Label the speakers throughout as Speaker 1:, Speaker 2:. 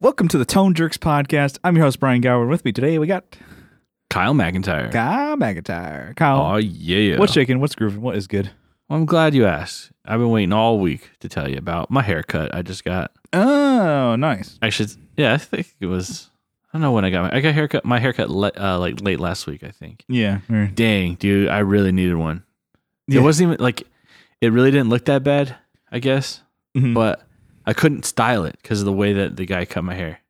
Speaker 1: Welcome to the Tone Jerks podcast. I'm your host Brian Gower. and With me today, we got
Speaker 2: Kyle McIntyre.
Speaker 1: Kyle McIntyre. Kyle,
Speaker 2: Oh yeah.
Speaker 1: what's shaking? What's grooving? What is good?
Speaker 2: I'm glad you asked. I've been waiting all week to tell you about my haircut I just got.
Speaker 1: Oh, nice.
Speaker 2: I should yeah, I think it was I don't know when I got my I got haircut my haircut le, uh, like late last week, I think.
Speaker 1: Yeah. alright.
Speaker 2: Dang, dude, I really needed one.
Speaker 1: Yeah.
Speaker 2: It wasn't even like it really didn't look that bad, I guess,
Speaker 1: Mhm.
Speaker 2: but I couldn't style it because of the way that the guy cut my hair.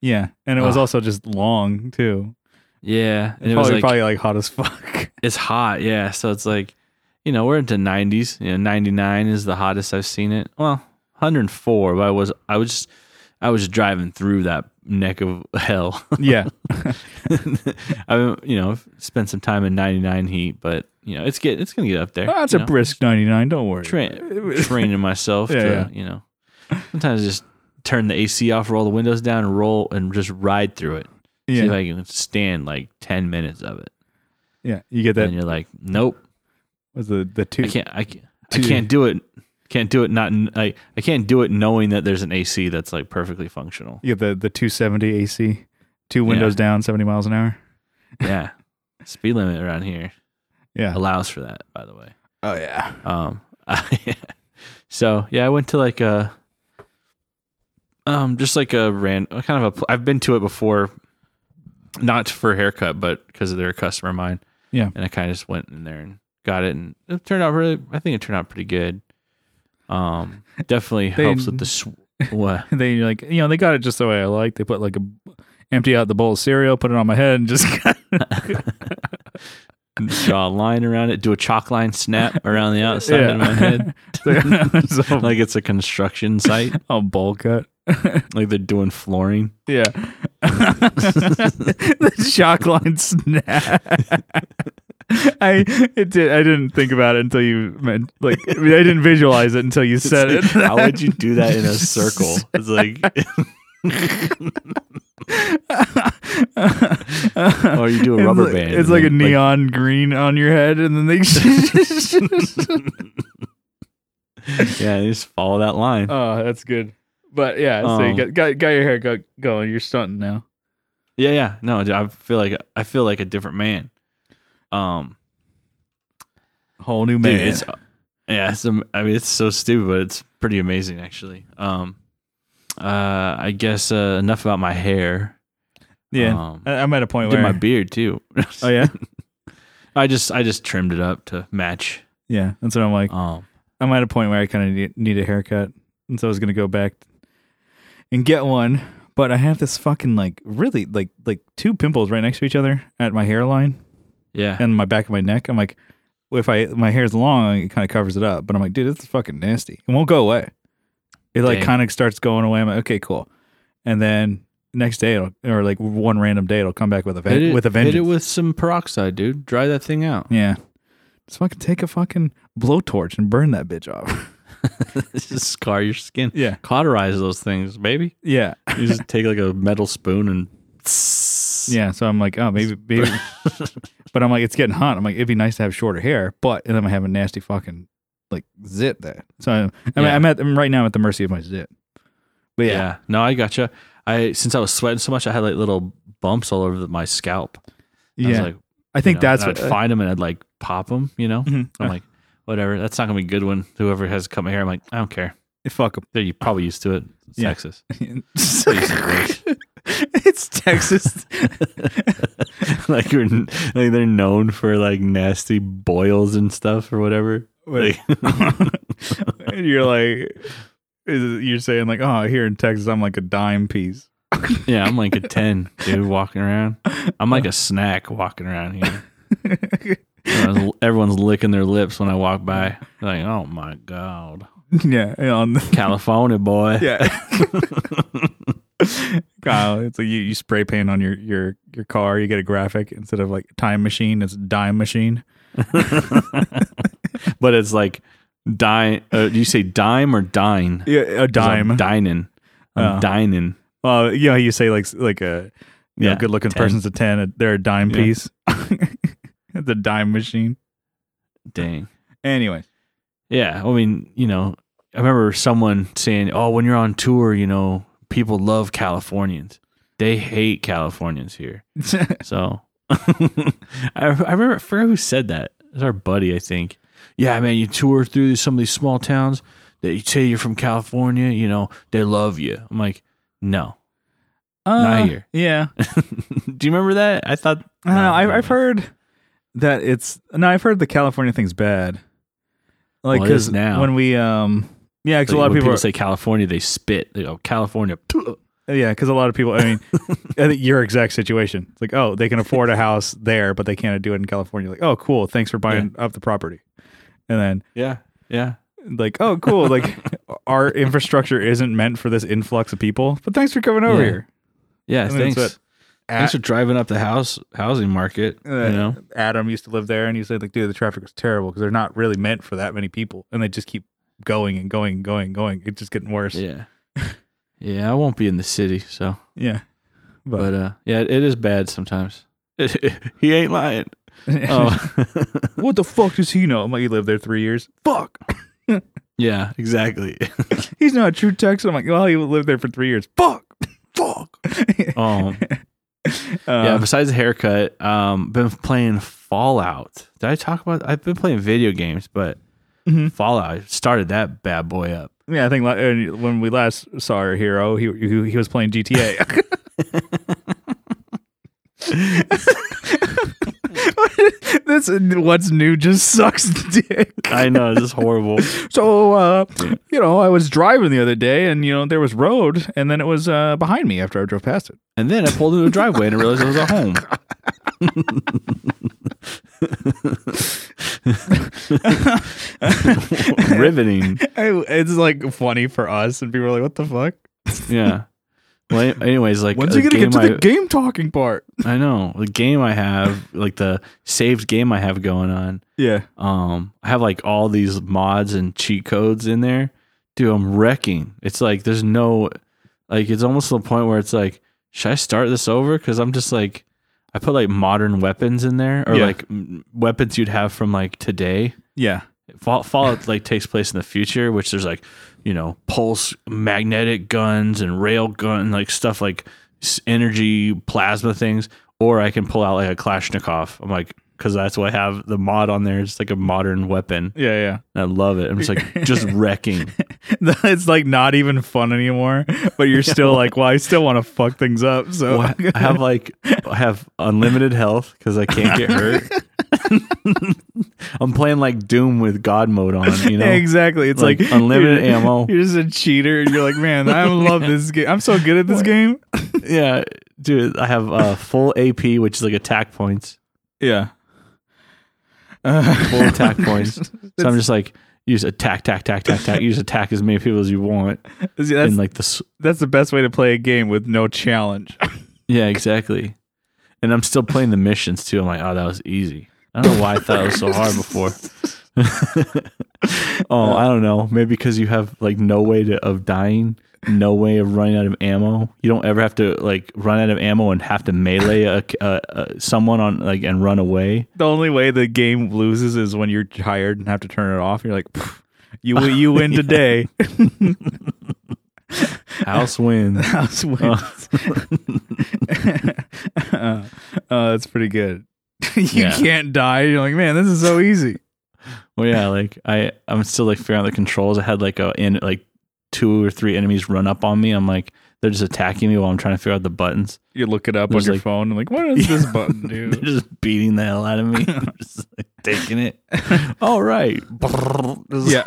Speaker 1: Yeah, and it was
Speaker 2: Ah.
Speaker 1: also just long too.
Speaker 2: Yeah,
Speaker 1: It's
Speaker 2: and it was
Speaker 1: probably
Speaker 2: like
Speaker 1: probably like hot as fuck.
Speaker 2: it's hot, yeah. So it's like, you know, we're into nineties. You know, ninety nine is the hottest I've seen it. Well, hundred and four, but I was I was just I was driving through that neck of hell.
Speaker 1: yeah.
Speaker 2: I you know spent some time in ninety nine heat, but you know it's get it's gonna get up there.
Speaker 1: Oh, That's
Speaker 2: you
Speaker 1: a
Speaker 2: know?
Speaker 1: brisk 99. Don't worry.
Speaker 2: Tra- training myself
Speaker 1: Yeah,
Speaker 2: to
Speaker 1: yeah.
Speaker 2: you know sometimes just turn the AC off, roll the windows down, and roll and just ride through it. See if
Speaker 1: yeah.
Speaker 2: I can stand like ten minutes of it.
Speaker 1: yeah. You get
Speaker 2: Then
Speaker 1: that
Speaker 2: you're like, nope.
Speaker 1: was the the two
Speaker 2: I can't. I can't. I
Speaker 1: Dude.
Speaker 2: can't do it. Can't do it. Not. I. I can't do it knowing that there's an AC that's like perfectly functional.
Speaker 1: you get the the 270 AC, two windows down, 70 miles an hour.
Speaker 2: Yeah. Speed limit around here
Speaker 1: Yeah.
Speaker 2: allows for that. By the way.
Speaker 1: Oh yeah.
Speaker 2: Um. so yeah, I went to like a. Um, just like a ran kind of a. pl- I've been to it before, not for a haircut, but because they're a customer of mine.
Speaker 1: Yeah.
Speaker 2: And I kind of just went in there and got it, and it turned out really. I think it turned out pretty good. Um, definitely
Speaker 1: They-
Speaker 2: helps with the sw- what.
Speaker 1: And then you're like, you know, they got it just the way I like. They put like a empty out the bowl of cereal, put it on my head, and just
Speaker 2: draw a line around it, do a chalk line snap around the outside of my head.
Speaker 1: It's all-
Speaker 2: Like it's a construction site,
Speaker 1: all bowl cut.
Speaker 2: like they're doing flooring.
Speaker 1: Yeah. the shock line snap. I it did. I didn't think about it until you meant like I, mean, I didn't visualize it until you said it.
Speaker 2: How would you do that in a circle? It's like, or you do a
Speaker 1: It's
Speaker 2: rubber
Speaker 1: like-
Speaker 2: band.
Speaker 1: It's
Speaker 2: and
Speaker 1: like a
Speaker 2: then,
Speaker 1: neon green on your head, and then they.
Speaker 2: yeah, you just follow that line.
Speaker 1: oh, that's good. But yeah, so you
Speaker 2: Um,
Speaker 1: got, got got your hair go, going. You're stunting now.
Speaker 2: Yeah, yeah. No, dude, I feel like I feel like a different man. Um,
Speaker 1: Whole new
Speaker 2: dude, it's yeah. It's, am- I mean, it's so stupid, but it's pretty amazing actually. Um, uh, I guess uh, enough about my hair.
Speaker 1: yeah,
Speaker 2: um,
Speaker 1: I, I'm at a point
Speaker 2: did
Speaker 1: where
Speaker 2: my beard too.
Speaker 1: oh yeah,
Speaker 2: I just I just trimmed it up to match.
Speaker 1: yeah. That's what I'm like.
Speaker 2: Um,
Speaker 1: I'm at a point where I kind of need, need a haircut, and so I was gonna go back and get one. But I have this fucking like really like like two pimples right next to each other at my hairline
Speaker 2: yeah,
Speaker 1: and my back of my neck. I'm like, if I my hair's long, it kind of covers it up. But I'm like, dude, it's fucking nasty. It won't go away. It like
Speaker 2: Dang.
Speaker 1: kind of starts going away. I'm like, okay, cool. And then next day, it'll, or like one random day, it'll come back with a ven-
Speaker 2: hit it,
Speaker 1: with a
Speaker 2: Hit
Speaker 1: vengeance.
Speaker 2: it with some peroxide, dude. Dry that thing out.
Speaker 1: yeah, just fucking take a fucking blowtorch and burn that bitch off.
Speaker 2: just scar your skin.
Speaker 1: yeah,
Speaker 2: Cauterize those things, baby.
Speaker 1: yeah.
Speaker 2: You just take like a metal spoon and
Speaker 1: Yeah, so I'm like, oh, maybe, maybe. but I'm like, it's getting hot. I'm like, it'd be nice to have shorter hair, but and I'm having nasty fucking like zit there. So I'm, I mean,
Speaker 2: Yeah.
Speaker 1: I'm at I'm right now at the mercy of my zit. But
Speaker 2: yeah.
Speaker 1: yeah,
Speaker 2: No, I gotcha. I since I was sweating so much, I had like little bumps all over the, my scalp. I
Speaker 1: yeah. I,
Speaker 2: was like,
Speaker 1: think
Speaker 2: you know,
Speaker 1: that's
Speaker 2: and
Speaker 1: what. uh,
Speaker 2: I'd find them and I'd like pop them. You know,
Speaker 1: Mhm.
Speaker 2: I'm like, whatever. That's not gonna be a good one. Whoever has cut my hair, I'm like, I don't care.
Speaker 1: fuck 'em.
Speaker 2: They're you probably used to it. It's
Speaker 1: Yeah.
Speaker 2: Texas.
Speaker 1: it's Texas.
Speaker 2: like we're like they're known for like nasty boils and stuff or whatever.
Speaker 1: Wait. and you're like, is it, you're saying like, oh, here in Texas, I'm like a dime piece.
Speaker 2: Yeah, I'm like a ten dude walking around. I'm like a snack walking around here. Everyone's, everyone's licking their lips when I walk by. They're like, oh my god,
Speaker 1: yeah, and on the,
Speaker 2: California boy.
Speaker 1: Yeah. Kyle, it's like you, you spray paint on your, your, your car, you get a graphic instead of like time machine, it's dime machine.
Speaker 2: but it's like dime. Uh, do you say dime or dine?
Speaker 1: Yeah, a
Speaker 2: 'Cause I'm
Speaker 1: dime.
Speaker 2: dining. I'm
Speaker 1: Oh.
Speaker 2: dining.
Speaker 1: Well, you know, how you say like like a you
Speaker 2: Yeah,
Speaker 1: know, good looking
Speaker 2: 10.
Speaker 1: person's a ten, a- they're a dime
Speaker 2: Yeah.
Speaker 1: piece. the dime machine.
Speaker 2: Dang.
Speaker 1: Anyway.
Speaker 2: Yeah, I mean, you know, I remember someone saying, "Oh, when you're on tour, you know, people love Californians. They hate Californians here. So I, I remember, I forgot who said that. It was our buddy, I think. Yeah, man, you tour through some of these small towns that you say you're from California, you know, they love you. I'm like, no.
Speaker 1: Uh,
Speaker 2: here.
Speaker 1: Yeah.
Speaker 2: Do you remember that? I thought,
Speaker 1: I don't know.
Speaker 2: No,
Speaker 1: I've,
Speaker 2: no,
Speaker 1: I've
Speaker 2: no.
Speaker 1: heard that it's no. I've heard the California thing's bad. Like
Speaker 2: Well, it is
Speaker 1: because
Speaker 2: now.
Speaker 1: when we um yeah, because a
Speaker 2: like,
Speaker 1: lot of
Speaker 2: when
Speaker 1: people,
Speaker 2: people say California, they spit. They go, California.
Speaker 1: are, yeah, because a lot of people. I mean, I think your exact situation. It's like oh, they can afford a house there, but they can't do it in California. Like oh, cool. Thanks for buying up the property, and then
Speaker 2: Yeah. Yeah.
Speaker 1: like oh cool like our infrastructure isn't meant for this influx of people but thanks for coming over
Speaker 2: Yeah.
Speaker 1: here
Speaker 2: Yeah.
Speaker 1: mean,
Speaker 2: thanks.
Speaker 1: that's
Speaker 2: thanks for driving up the house housing market.
Speaker 1: Uh,
Speaker 2: you know?
Speaker 1: adam used to live there and he said like dude the traffic was terrible because they're not really meant for that many people and they just keep going and going and going and going it's just getting worse yeah,
Speaker 2: Yeah. Yeah. I won't be in the city. So,
Speaker 1: but,
Speaker 2: but uh, yeah, it is bad sometimes. he ain't lying. Oh.
Speaker 1: what the fuck does he know i'm like he lived there three years fuck
Speaker 2: Yeah, exactly.
Speaker 1: he's not a true texan i'm like well he lived there for three years fuck fuck
Speaker 2: um, yeah.
Speaker 1: Uh,
Speaker 2: Besides the haircut, um, been playing Fallout. Did I talk about? I've been playing video games, but
Speaker 1: Mhm.
Speaker 2: Fallout I started that bad boy up.
Speaker 1: yeah i think la- uh, when we last saw our hero he, he, he was playing gta This what's new just sucks dick.
Speaker 2: I know it's just horrible.
Speaker 1: So uh, you know, I was driving the other day, and you know there was road, and then it was uh, behind me after I drove past it.
Speaker 2: And then I pulled into a driveway and I realized it was a home. Riveting.
Speaker 1: I- it's like funny for us, and people are like, "What the fuck?"
Speaker 2: Yeah. Well, an- anyways, like
Speaker 1: When's
Speaker 2: a
Speaker 1: he gonna get to
Speaker 2: game
Speaker 1: the game talking part?
Speaker 2: I, I know the game I have, like the saved game I have going on.
Speaker 1: Yeah,
Speaker 2: um i have like all these mods and cheat codes in there dude i'm wrecking it's like there's no like it's almost to the point where it's like should i start this over because i'm just like i put like modern weapons in there or
Speaker 1: Yeah.
Speaker 2: like m- weapons you'd have from like today
Speaker 1: yeah,
Speaker 2: Fall- fallout like takes place in the future which there's like you know pulse magnetic guns and rail gun like stuff like s- energy plasma things or i can pull out like a kalashnikov i'm like because that's what i have the mod on there it's like a modern weapon
Speaker 1: yeah,
Speaker 2: and i love it i'm just like just wrecking
Speaker 1: yeah. it's like not even fun anymore, but you're still like, "Well, I still want to fuck things up." So
Speaker 2: Well, i have like i have unlimited health because i can't get hurt i'm playing like doom with god mode on you know
Speaker 1: exactly, it's like,
Speaker 2: Like, unlimited
Speaker 1: you're-
Speaker 2: ammo.
Speaker 1: You're just a cheater, and you're like, "Man, I love this game. I'm so good at this game."
Speaker 2: yeah dude i have uh full ap which is like attack points
Speaker 1: Yeah.
Speaker 2: full attack points so i'm just like use attack attack attack attack attack you just attack as many people as you want
Speaker 1: See,
Speaker 2: and
Speaker 1: that's,
Speaker 2: like this
Speaker 1: that's the best way to play a game with no challenge.
Speaker 2: yeah exactly and i'm still playing the missions too i'm like oh that was easy i don't know why i thought it was so hard before oh i don't know maybe because you have like no way to, of dying no way of running out of ammo you don't ever have to like run out of ammo and have to melee a, a, a, someone on like and run away
Speaker 1: The only way the game loses is when you're tired and have to turn it off. You're like, "Pff, you win- you win today.
Speaker 2: house wins
Speaker 1: House wins. uh, uh, that's pretty good. you
Speaker 2: Yeah.
Speaker 1: can't die. You're like, man, this is so easy.
Speaker 2: Well, yeah, like I, I'm still like figuring out the controls. I had like a in like two or three enemies run up on me. I'm like, they're just attacking me while I'm trying to figure out the buttons.
Speaker 1: You look it up
Speaker 2: There's
Speaker 1: on your
Speaker 2: like-
Speaker 1: phone and like, what does this button
Speaker 2: They're
Speaker 1: do?
Speaker 2: just beating the hell out of me, They're just like, taking it. All right, Just
Speaker 1: yeah.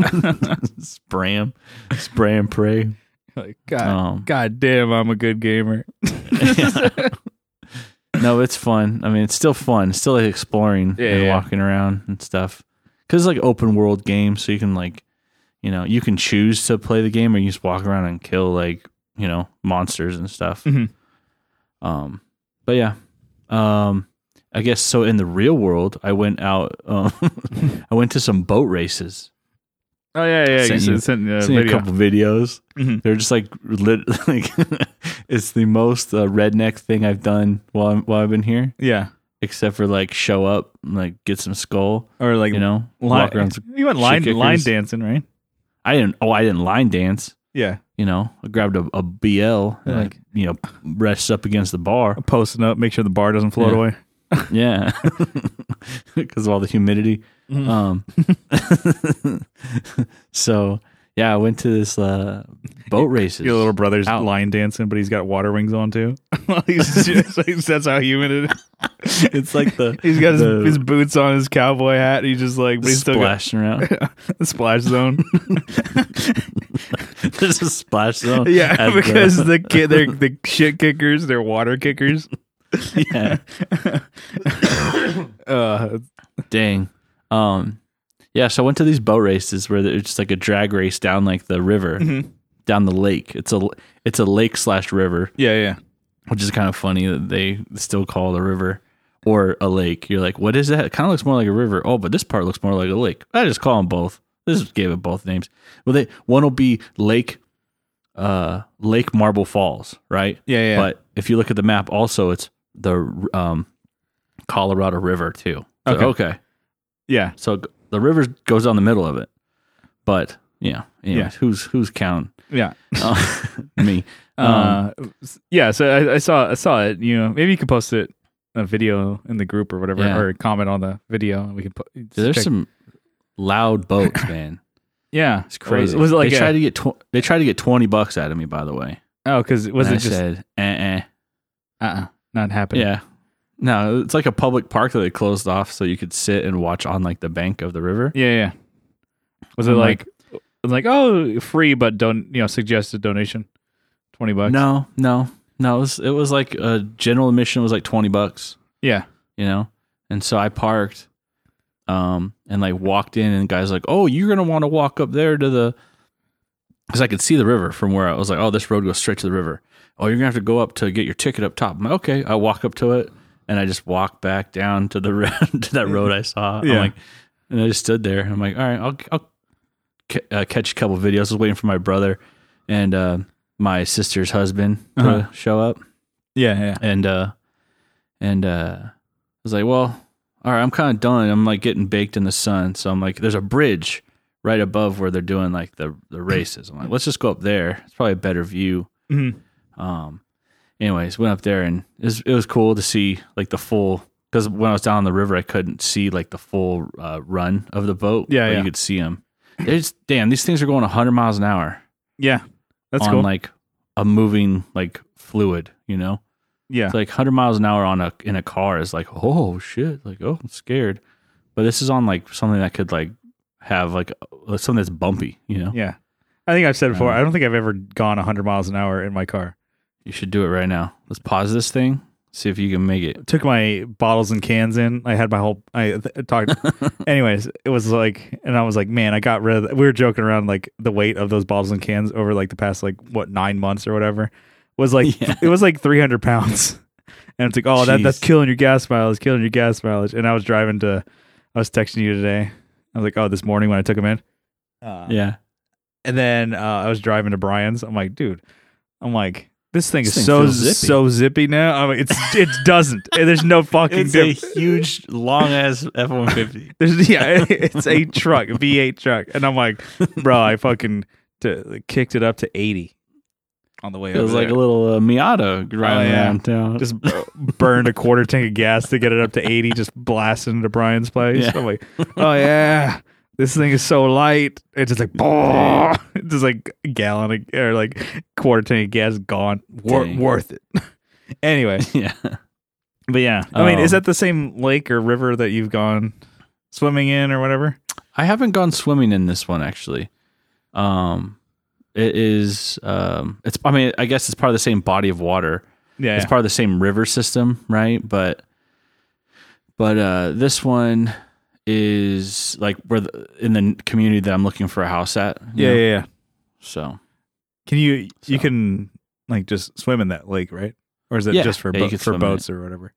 Speaker 2: spray 'em. spray and pray.
Speaker 1: like, God,
Speaker 2: Um,
Speaker 1: God damn, I'm a good gamer.
Speaker 2: no, it's fun. I mean, it's still fun. It's still like exploring
Speaker 1: Yeah,
Speaker 2: and
Speaker 1: yeah.
Speaker 2: walking around and stuff. Because it's like open world game, so you can like, you know, you can choose to play the game or you just walk around and kill like you know monsters and stuff.
Speaker 1: Mhm.
Speaker 2: Um, but yeah, um, I guess so. In the real world, I went out. Um, I went to some boat races.
Speaker 1: Oh yeah, yeah.
Speaker 2: Sent
Speaker 1: you
Speaker 2: you-
Speaker 1: sent, uh,
Speaker 2: Seen a
Speaker 1: video.
Speaker 2: couple videos.
Speaker 1: Mhm.
Speaker 2: They're just like, lit, like it's the most uh, redneck thing I've done while I'm, while I've been here
Speaker 1: Yeah,
Speaker 2: except for like show up and like get some skull,
Speaker 1: or like
Speaker 2: you know,
Speaker 1: Line,
Speaker 2: walk around. some-
Speaker 1: you went line
Speaker 2: shit
Speaker 1: line
Speaker 2: kickers.
Speaker 1: dancing, right?
Speaker 2: I didn't. Oh, I didn't line dance.
Speaker 1: Yeah.
Speaker 2: You know, I grabbed a, a BL and
Speaker 1: Yeah.
Speaker 2: like you know rests up against the bar.
Speaker 1: Posting up, make sure the bar doesn't float
Speaker 2: Yeah.
Speaker 1: away.
Speaker 2: yeah, because of all the humidity. Um,
Speaker 1: Mm-hmm.
Speaker 2: so yeah, I went to this uh, boat races.
Speaker 1: Your little brother's
Speaker 2: Out.
Speaker 1: line dancing, but he's got water wings on too. He's just- that's how humid it is.
Speaker 2: It's like the
Speaker 1: He's got his,
Speaker 2: the
Speaker 1: his boots on, his cowboy hat. He's just like, but he's still got
Speaker 2: splashing around.
Speaker 1: the splash zone.
Speaker 2: There's a splash zone.
Speaker 1: yeah,
Speaker 2: at
Speaker 1: because the kid, they're the shit kickers. They're water kickers.
Speaker 2: yeah.
Speaker 1: Uh,
Speaker 2: Dang. Um, yeah, so I went to these boat races where it's just like a drag race down like the river,
Speaker 1: Mm-hmm.
Speaker 2: down the lake. It's a it's a lake slash river,
Speaker 1: yeah, yeah.
Speaker 2: which is kind of funny that they still call it a river or a lake. You're like, what is that? It kind of looks more like a river. Oh, but this part looks more like a lake. I just call them both. This gave it both names. Well, they one will be Lake, uh, Lake Marble Falls, right?
Speaker 1: Yeah, yeah.
Speaker 2: But if you look at the map, also it's the um, Colorado River too. So,
Speaker 1: Okay.
Speaker 2: okay.
Speaker 1: yeah.
Speaker 2: So g- the river goes down the middle of it. But yeah, anyways,
Speaker 1: Yeah.
Speaker 2: who's who's counting?
Speaker 1: Yeah.
Speaker 2: Uh, me. Um,
Speaker 1: Uh, yeah. So I, I saw, I saw it. You know, maybe you could post it a video in the group or whatever,
Speaker 2: Yeah.
Speaker 1: or comment on the video, and we can put.
Speaker 2: dude, there's
Speaker 1: check-
Speaker 2: some loud boats, man.
Speaker 1: Yeah,
Speaker 2: It's crazy.
Speaker 1: Was, was it like
Speaker 2: they
Speaker 1: a-
Speaker 2: tried to get tw- they tried to get twenty bucks out of me? By the way,
Speaker 1: Oh, because was
Speaker 2: And
Speaker 1: it
Speaker 2: I
Speaker 1: just
Speaker 2: said, uh-uh.
Speaker 1: uh-uh, not happening?
Speaker 2: yeah. No, it's like a public park that they closed off so you could sit and watch on like the bank of the river.
Speaker 1: yeah, yeah. Was it
Speaker 2: I'm
Speaker 1: like, like, oh, free but don't you know suggested donation, twenty bucks?
Speaker 2: No, no, no. It was it was like a general admission was like twenty bucks.
Speaker 1: Yeah.
Speaker 2: you know? And so I parked um and like walked in and the guy's like, "Oh, you're going to want to walk up there to the cuz I could see the river from where I was like, "Oh, this road goes straight to the river." "Oh, you're going to have to go up to get your ticket up top." I'm like, "Okay." I walk up to it and I just walk back down to the ri- to that road I saw.
Speaker 1: Yeah.
Speaker 2: I'm like and I just stood there. I'm like, "All right, I'll I'll ca- uh, catch a couple videos." I was waiting for my brother and uh my sister's husband to
Speaker 1: Uh-huh.
Speaker 2: show up
Speaker 1: Yeah, yeah.
Speaker 2: and uh and uh I was like, well, all right, I'm kind of done. I'm like getting baked in the sun, so I'm like, there's a bridge right above where they're doing like the the races. I'm like, let's just go up there. It's probably a better view.
Speaker 1: Mhm.
Speaker 2: Um, anyways, went up there and it was, it was cool to see like the full because when I was down on the river, I couldn't see like the full uh, run of the boat.
Speaker 1: Yeah,
Speaker 2: but
Speaker 1: yeah.
Speaker 2: you could see them. It's damn, these things are going 100 miles an hour
Speaker 1: Yeah. That's
Speaker 2: on
Speaker 1: cool.
Speaker 2: like a moving like fluid, you know.
Speaker 1: yeah.
Speaker 2: It's like 100 miles an hour on a in a car is like, oh shit, like oh I'm scared. But this is on like something that could like have like uh, something that's bumpy, you know.
Speaker 1: yeah. I think I've said before,
Speaker 2: Uh,
Speaker 1: I don't think I've ever gone 100 miles an hour in my car.
Speaker 2: You should do it right now. Let's pause this thing, see if you can make it.
Speaker 1: Took my bottles and cans in. I had my whole, I th- talked. anyways, it was like, and I was like, man, I got rid of, we were joking around like the weight of those bottles and cans over like the past like what, nine months or whatever was like,
Speaker 2: Yeah.
Speaker 1: it was like 300 pounds. And it's like, oh, that, that's
Speaker 2: Jeez.
Speaker 1: killing your gas mileage, killing your gas mileage. And I was driving to, I was texting you today. I was like, oh, this morning when I took them in. Uh,
Speaker 2: Yeah,
Speaker 1: And then uh, I was driving to Brian's. I'm like, dude, I'm like, this thing
Speaker 2: This
Speaker 1: is
Speaker 2: thing
Speaker 1: so
Speaker 2: feels zippy.
Speaker 1: so zippy now. I'm like, it's it doesn't. Eh, There's no fucking. diff-
Speaker 2: huge, long ass F one fifty.
Speaker 1: There's, yeah, it's a truck, a V8 truck, and I'm like, bro, I fucking t- kicked it up to 80 on the way.
Speaker 2: It was
Speaker 1: over
Speaker 2: like a
Speaker 1: there.
Speaker 2: little uh, Miata driving
Speaker 1: Oh, yeah.
Speaker 2: around town.
Speaker 1: just b- burned a quarter tank of gas to get it up to 80, just blasting into Brian's place.
Speaker 2: Yeah.
Speaker 1: I'm like, oh yeah, this thing is so light. It's just like, "Bah!" It's just like a gallon of, or like quarter tank of gas gone. Wor-
Speaker 2: Dang.
Speaker 1: worth it. anyway,
Speaker 2: yeah,
Speaker 1: but yeah, I mean, is
Speaker 2: Um,
Speaker 1: that the same lake or river that you've gone swimming in or whatever?
Speaker 2: I haven't gone swimming in this one actually. Um, it is um, it's I mean I guess it's part of the same body of water.
Speaker 1: Yeah,
Speaker 2: it's part of the same river system, right? But but uh this one is like where the, in the community that I'm looking for a house at. you
Speaker 1: yeah,
Speaker 2: know?
Speaker 1: yeah, yeah.
Speaker 2: So
Speaker 1: Can you you
Speaker 2: So.
Speaker 1: can like just swim in that lake, right? Or is it
Speaker 2: Yeah.
Speaker 1: just for
Speaker 2: Yeah, you
Speaker 1: bo-
Speaker 2: could
Speaker 1: for
Speaker 2: swim in it.
Speaker 1: boats or whatever?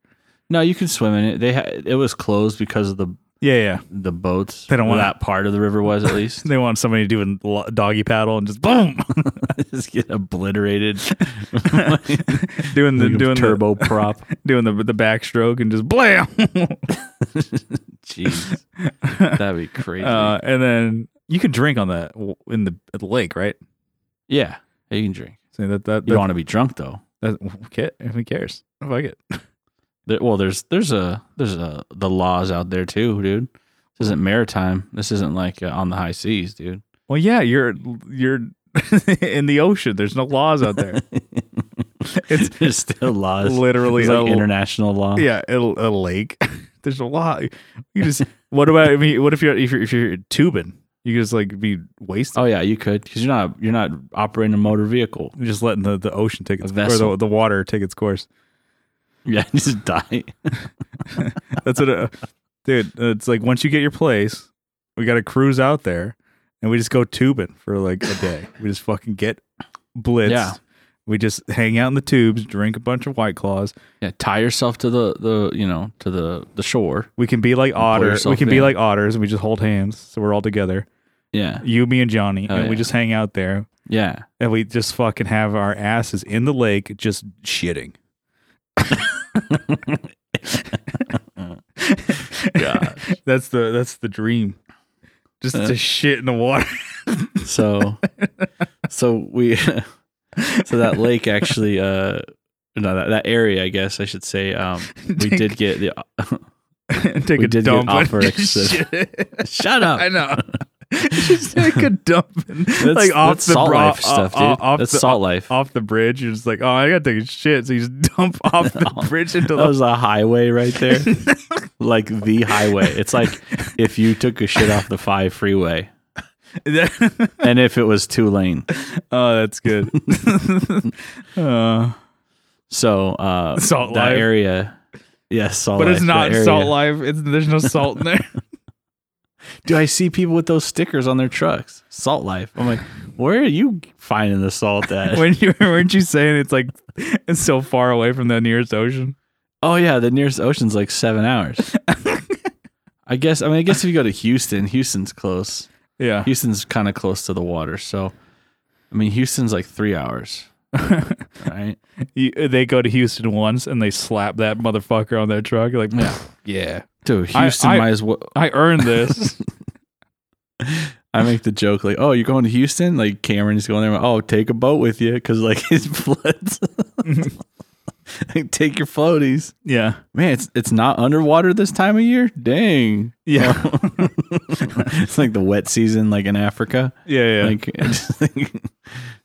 Speaker 2: no, you can swim in it. They ha- it was closed because of the
Speaker 1: Yeah, yeah.
Speaker 2: the boats.
Speaker 1: They don't
Speaker 2: Well,
Speaker 1: wanna-
Speaker 2: that part of the river was at least
Speaker 1: They want somebody to do a lo- doggy paddle and just boom,
Speaker 2: just get obliterated.
Speaker 1: doing the
Speaker 2: Like a
Speaker 1: doing
Speaker 2: turbo prop.
Speaker 1: the, doing the the backstroke and just blam.
Speaker 2: Jeez, that'd be crazy.
Speaker 1: Uh, and then you could drink on the in the, at the lake, right?
Speaker 2: Yeah, you can drink.
Speaker 1: So that that,
Speaker 2: You don't
Speaker 1: that,
Speaker 2: want to be drunk though.
Speaker 1: that kit, who cares? Fuck it.
Speaker 2: There, well, there's there's a there's a the laws out there too, dude. This isn't maritime. This isn't like uh, on the high seas, dude.
Speaker 1: Well, yeah, you're you're in the ocean. There's no laws out there. it's
Speaker 2: There's still laws.
Speaker 1: literally
Speaker 2: It's
Speaker 1: a l-
Speaker 2: like international law.
Speaker 1: yeah, a, l- a lake. There's a lot. You just what about I mean, what if you're if you're if you're tubing? You just like be wasted.
Speaker 2: Oh yeah, you could because you're not you're not operating a motor vehicle.
Speaker 1: You're just letting the, the ocean take its
Speaker 2: A
Speaker 1: or the,
Speaker 2: vessel.
Speaker 1: the water take its course.
Speaker 2: Yeah, you just die.
Speaker 1: That's what, uh, dude. It's like once you get your place, we got to cruise out there, and we just go tubing for like a day. We just fucking get blitzed.
Speaker 2: Yeah.
Speaker 1: We just hang out in the tubes, drink a bunch of white claws.
Speaker 2: Yeah, tie yourself to the the you know to the the shore.
Speaker 1: We can be like otters. We
Speaker 2: yourself
Speaker 1: can be
Speaker 2: in.
Speaker 1: like otters, and we just hold hands, so we're all together.
Speaker 2: Yeah,
Speaker 1: You, me, and Johnny,
Speaker 2: Oh,
Speaker 1: and we
Speaker 2: yeah.
Speaker 1: just hang out there,
Speaker 2: yeah.
Speaker 1: and we just fucking have our asses in the lake, just shitting.
Speaker 2: Gosh.
Speaker 1: That's the that's the dream. Just
Speaker 2: Uh,
Speaker 1: to shit in the water.
Speaker 2: So, so we, so that lake actually, uh, no, that, that area, I guess I should say, um, we did get the. uh,
Speaker 1: Take
Speaker 2: We
Speaker 1: a
Speaker 2: did get
Speaker 1: dump. and
Speaker 2: offered
Speaker 1: just
Speaker 2: excessive-
Speaker 1: shit.
Speaker 2: Shut up!
Speaker 1: I know. just take a dump and,
Speaker 2: That's,
Speaker 1: like off
Speaker 2: that's
Speaker 1: the
Speaker 2: salt
Speaker 1: bro-
Speaker 2: life
Speaker 1: o-
Speaker 2: stuff,
Speaker 1: o-
Speaker 2: dude.
Speaker 1: Off
Speaker 2: that's
Speaker 1: the,
Speaker 2: salt life.
Speaker 1: off the bridge. You're just like, oh, I gotta take a shit. So you just dump off the bridge into
Speaker 2: That
Speaker 1: the.
Speaker 2: was a highway right there, like the highway. It's like if you took a shit off the five freeway, and if it was two lane.
Speaker 1: oh, that's good. Uh,
Speaker 2: So, uh,
Speaker 1: Salt
Speaker 2: that
Speaker 1: life.
Speaker 2: area, yes, salt.
Speaker 1: but it's
Speaker 2: life,
Speaker 1: not
Speaker 2: that area.
Speaker 1: salt life. It's, there's no salt in there.
Speaker 2: Do I see people with those stickers on their trucks? Salt life. I'm like, where are you finding the salt at?
Speaker 1: when you weren't you saying it's like it's so far away from the nearest ocean?
Speaker 2: Oh yeah, the nearest ocean's like seven hours. I guess. I mean, I guess if you go to Houston, Houston's close.
Speaker 1: Yeah.
Speaker 2: Houston's kind of close to the water, so I mean, Houston's like three hours, right?
Speaker 1: You, they go to Houston once and they slap that motherfucker on their truck. You're like,
Speaker 2: Yeah.
Speaker 1: yeah,
Speaker 2: Dude,
Speaker 1: I-
Speaker 2: Houston
Speaker 1: I-
Speaker 2: might as well.
Speaker 1: I earned this.
Speaker 2: I make the joke like, "Oh, you're going to Houston?" Like Cameron's going there. Oh, take a boat with you because like it floods. like, take your floaties.
Speaker 1: yeah.
Speaker 2: Man, it's it's not underwater this time of year. Dang.
Speaker 1: Yeah.
Speaker 2: it's like the wet season, like in Africa.
Speaker 1: yeah. Yeah.
Speaker 2: Like,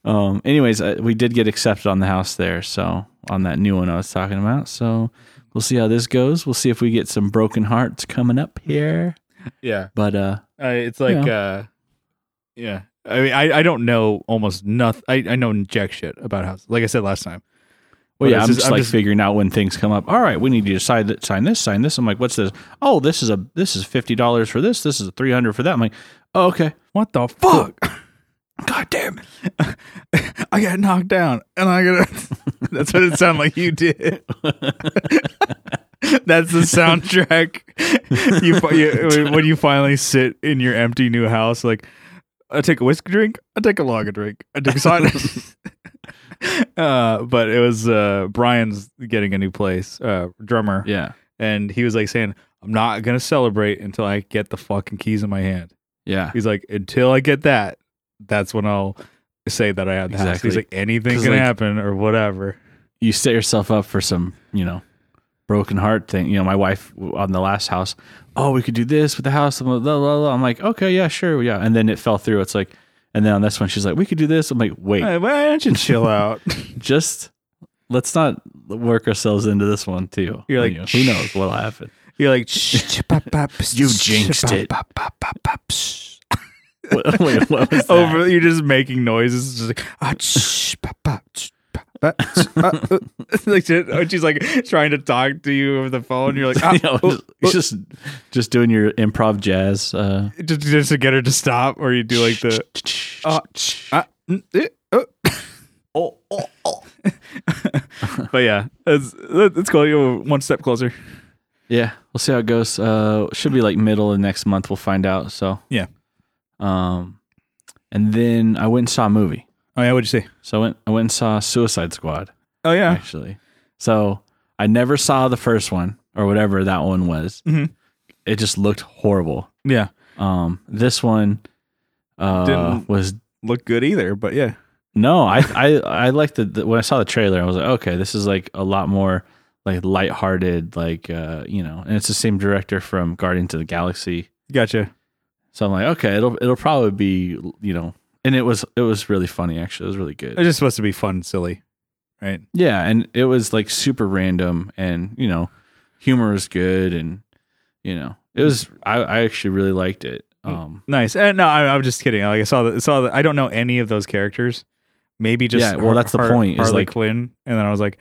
Speaker 2: um. Anyways, I, we did get accepted on the house there, so on that new one I was talking about. So we'll see how this goes. We'll see if we get some broken hearts coming up here.
Speaker 1: yeah.
Speaker 2: But uh,
Speaker 1: Uh, it's like,
Speaker 2: Yeah.
Speaker 1: uh, yeah. I mean, I, I don't know almost nothing. I, I know jack shit about houses. Like I said last time. But
Speaker 2: well, yeah,
Speaker 1: it's
Speaker 2: I'm
Speaker 1: just-
Speaker 2: just
Speaker 1: I'm
Speaker 2: like
Speaker 1: just-
Speaker 2: figuring out when things come up. All right, we need you to sign th- sign this, sign this. I'm like, what's this? Oh, this is a this is fifty dollars for this. This is three hundred for that. I'm like, oh, okay.
Speaker 1: What the fuck? God damn it. I got knocked down and I got. That's what it sounded like you did. That's the soundtrack. you, fi- you when you finally sit in your empty new house, like I take a whiskey drink, I take a lager drink, I take a cider. uh, but it was uh, Brian's getting a new place, uh, drummer,
Speaker 2: Yeah,
Speaker 1: and he was like saying, "I'm not gonna celebrate until I get the fucking keys in my hand."
Speaker 2: yeah.
Speaker 1: He's like, until I get that, that's when I'll say that I had the house.
Speaker 2: Exactly.
Speaker 1: He's like, anything
Speaker 2: 'Cause,
Speaker 1: can
Speaker 2: like-
Speaker 1: happen or whatever.
Speaker 2: you set yourself up for some, you know, broken heart thing. You know, my wife on the last house, oh, we could do this with the house. Blah, blah, blah, blah. I'm like, okay, yeah, sure, yeah. And then it fell through. It's like, and then on this one, she's like, we could do this. I'm like, wait,
Speaker 1: Hey, why don't you chill out?
Speaker 2: just let's not work ourselves into this one too.
Speaker 1: You're like,
Speaker 2: You know, who knows what'll happen?
Speaker 1: You're like, "Shh, pop, pop,
Speaker 2: You
Speaker 1: shh,
Speaker 2: jinxed
Speaker 1: pop,
Speaker 2: it."
Speaker 1: pop, pop, pop, pop, shh.
Speaker 2: What, wait, what was that?
Speaker 1: Over, you're just making noises. It's Just like, ah, shh, pop, pop, shh, pop, pop, shh, ah, uh." like she- she's like trying to talk to you over the phone. You're like, ah,
Speaker 2: You know,
Speaker 1: oh,
Speaker 2: just, just just doing your improv jazz. Uh,
Speaker 1: just, just to get her to stop, or you do like the ah, ah, mm, eh, oh.
Speaker 2: oh, oh, oh.
Speaker 1: but yeah, it's, it's cool. You're one step closer.
Speaker 2: Yeah, we'll see how it goes. Uh, should be like middle of next month. We'll find out. So
Speaker 1: Yeah.
Speaker 2: Um, and then I went and saw a movie.
Speaker 1: Oh yeah, what'd you say?
Speaker 2: So I went. I went and saw Suicide Squad
Speaker 1: Oh yeah,
Speaker 2: actually. So I never saw the first one or whatever that one was.
Speaker 1: Mhm.
Speaker 2: It just looked horrible.
Speaker 1: yeah.
Speaker 2: Um, this one uh,
Speaker 1: Didn't-
Speaker 2: was
Speaker 1: Look good either, but yeah,
Speaker 2: No, I I I liked the, the when I saw the trailer, I was like, okay, this is like a lot more like lighthearted, like uh, you know, and it's the same director from Guardians of the Galaxy.
Speaker 1: Gotcha.
Speaker 2: So I'm like, okay, it'll it'll probably be you know, and it was it was really funny actually. It was really good.
Speaker 1: It's just supposed to be fun, and silly, right?
Speaker 2: Yeah, and it was like super random, and you know, humor was good, and you know, it was. I, I actually really liked it. Um,
Speaker 1: Nice. Uh, no, I, I'm just kidding. Like I saw that. Saw that. I don't know any of those characters. Maybe just
Speaker 2: Yeah, well, that's the point, is,
Speaker 1: Harley
Speaker 2: like-
Speaker 1: Quinn, and then I was like,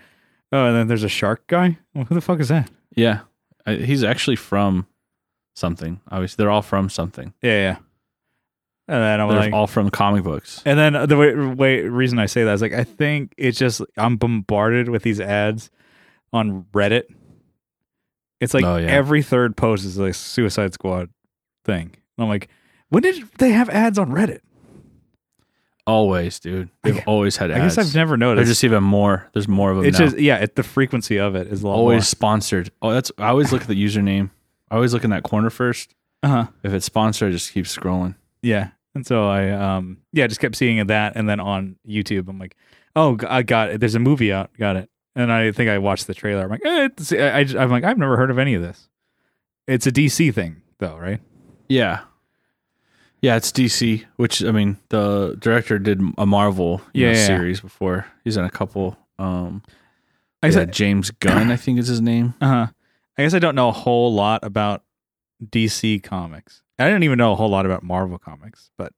Speaker 1: oh, and then there's a shark guy. Well, who the fuck is that?
Speaker 2: yeah, I, he's actually from something. Obviously, they're all from something.
Speaker 1: Yeah, yeah. And then I'm
Speaker 2: They're
Speaker 1: Oh, like,
Speaker 2: all from comic books.
Speaker 1: and then the way, way reason I say that is like I think it's just I'm bombarded with these ads on Reddit. It's like
Speaker 2: Oh, yeah.
Speaker 1: every third post is a Suicide Squad thing. And I'm like, when did they have ads on Reddit?
Speaker 2: Always, dude. They've
Speaker 1: I-
Speaker 2: always had
Speaker 1: I
Speaker 2: ads.
Speaker 1: guess I've never
Speaker 2: They're
Speaker 1: noticed.
Speaker 2: just even more. There's more of them
Speaker 1: it's
Speaker 2: now.
Speaker 1: just yeah, it, the frequency of it is a lot
Speaker 2: always sponsored. Oh, that's. I always look at the username. I always look in that corner first.
Speaker 1: more. Uh-huh.
Speaker 2: If it's sponsored, I just keep scrolling.
Speaker 1: Yeah. And so I, um, yeah, just kept seeing that. And then on YouTube, I'm like, oh, g- I got it. There's a movie out. Got it. And I think I watched the trailer. I'm like, eh, it's, I, I just- I'm like, I've never heard of any of this. It's a DC thing, though, right?
Speaker 2: Yeah, yeah. It's DC, which I mean, the director did a Marvel you know,
Speaker 1: Yeah, yeah, yeah.
Speaker 2: series before. He's in a couple. Um,
Speaker 1: I guess
Speaker 2: yeah, James Gunn, I think is his name.
Speaker 1: I, uh-huh. I guess I don't know a whole lot about DC comics. I didn't even know a whole lot about Marvel comics, but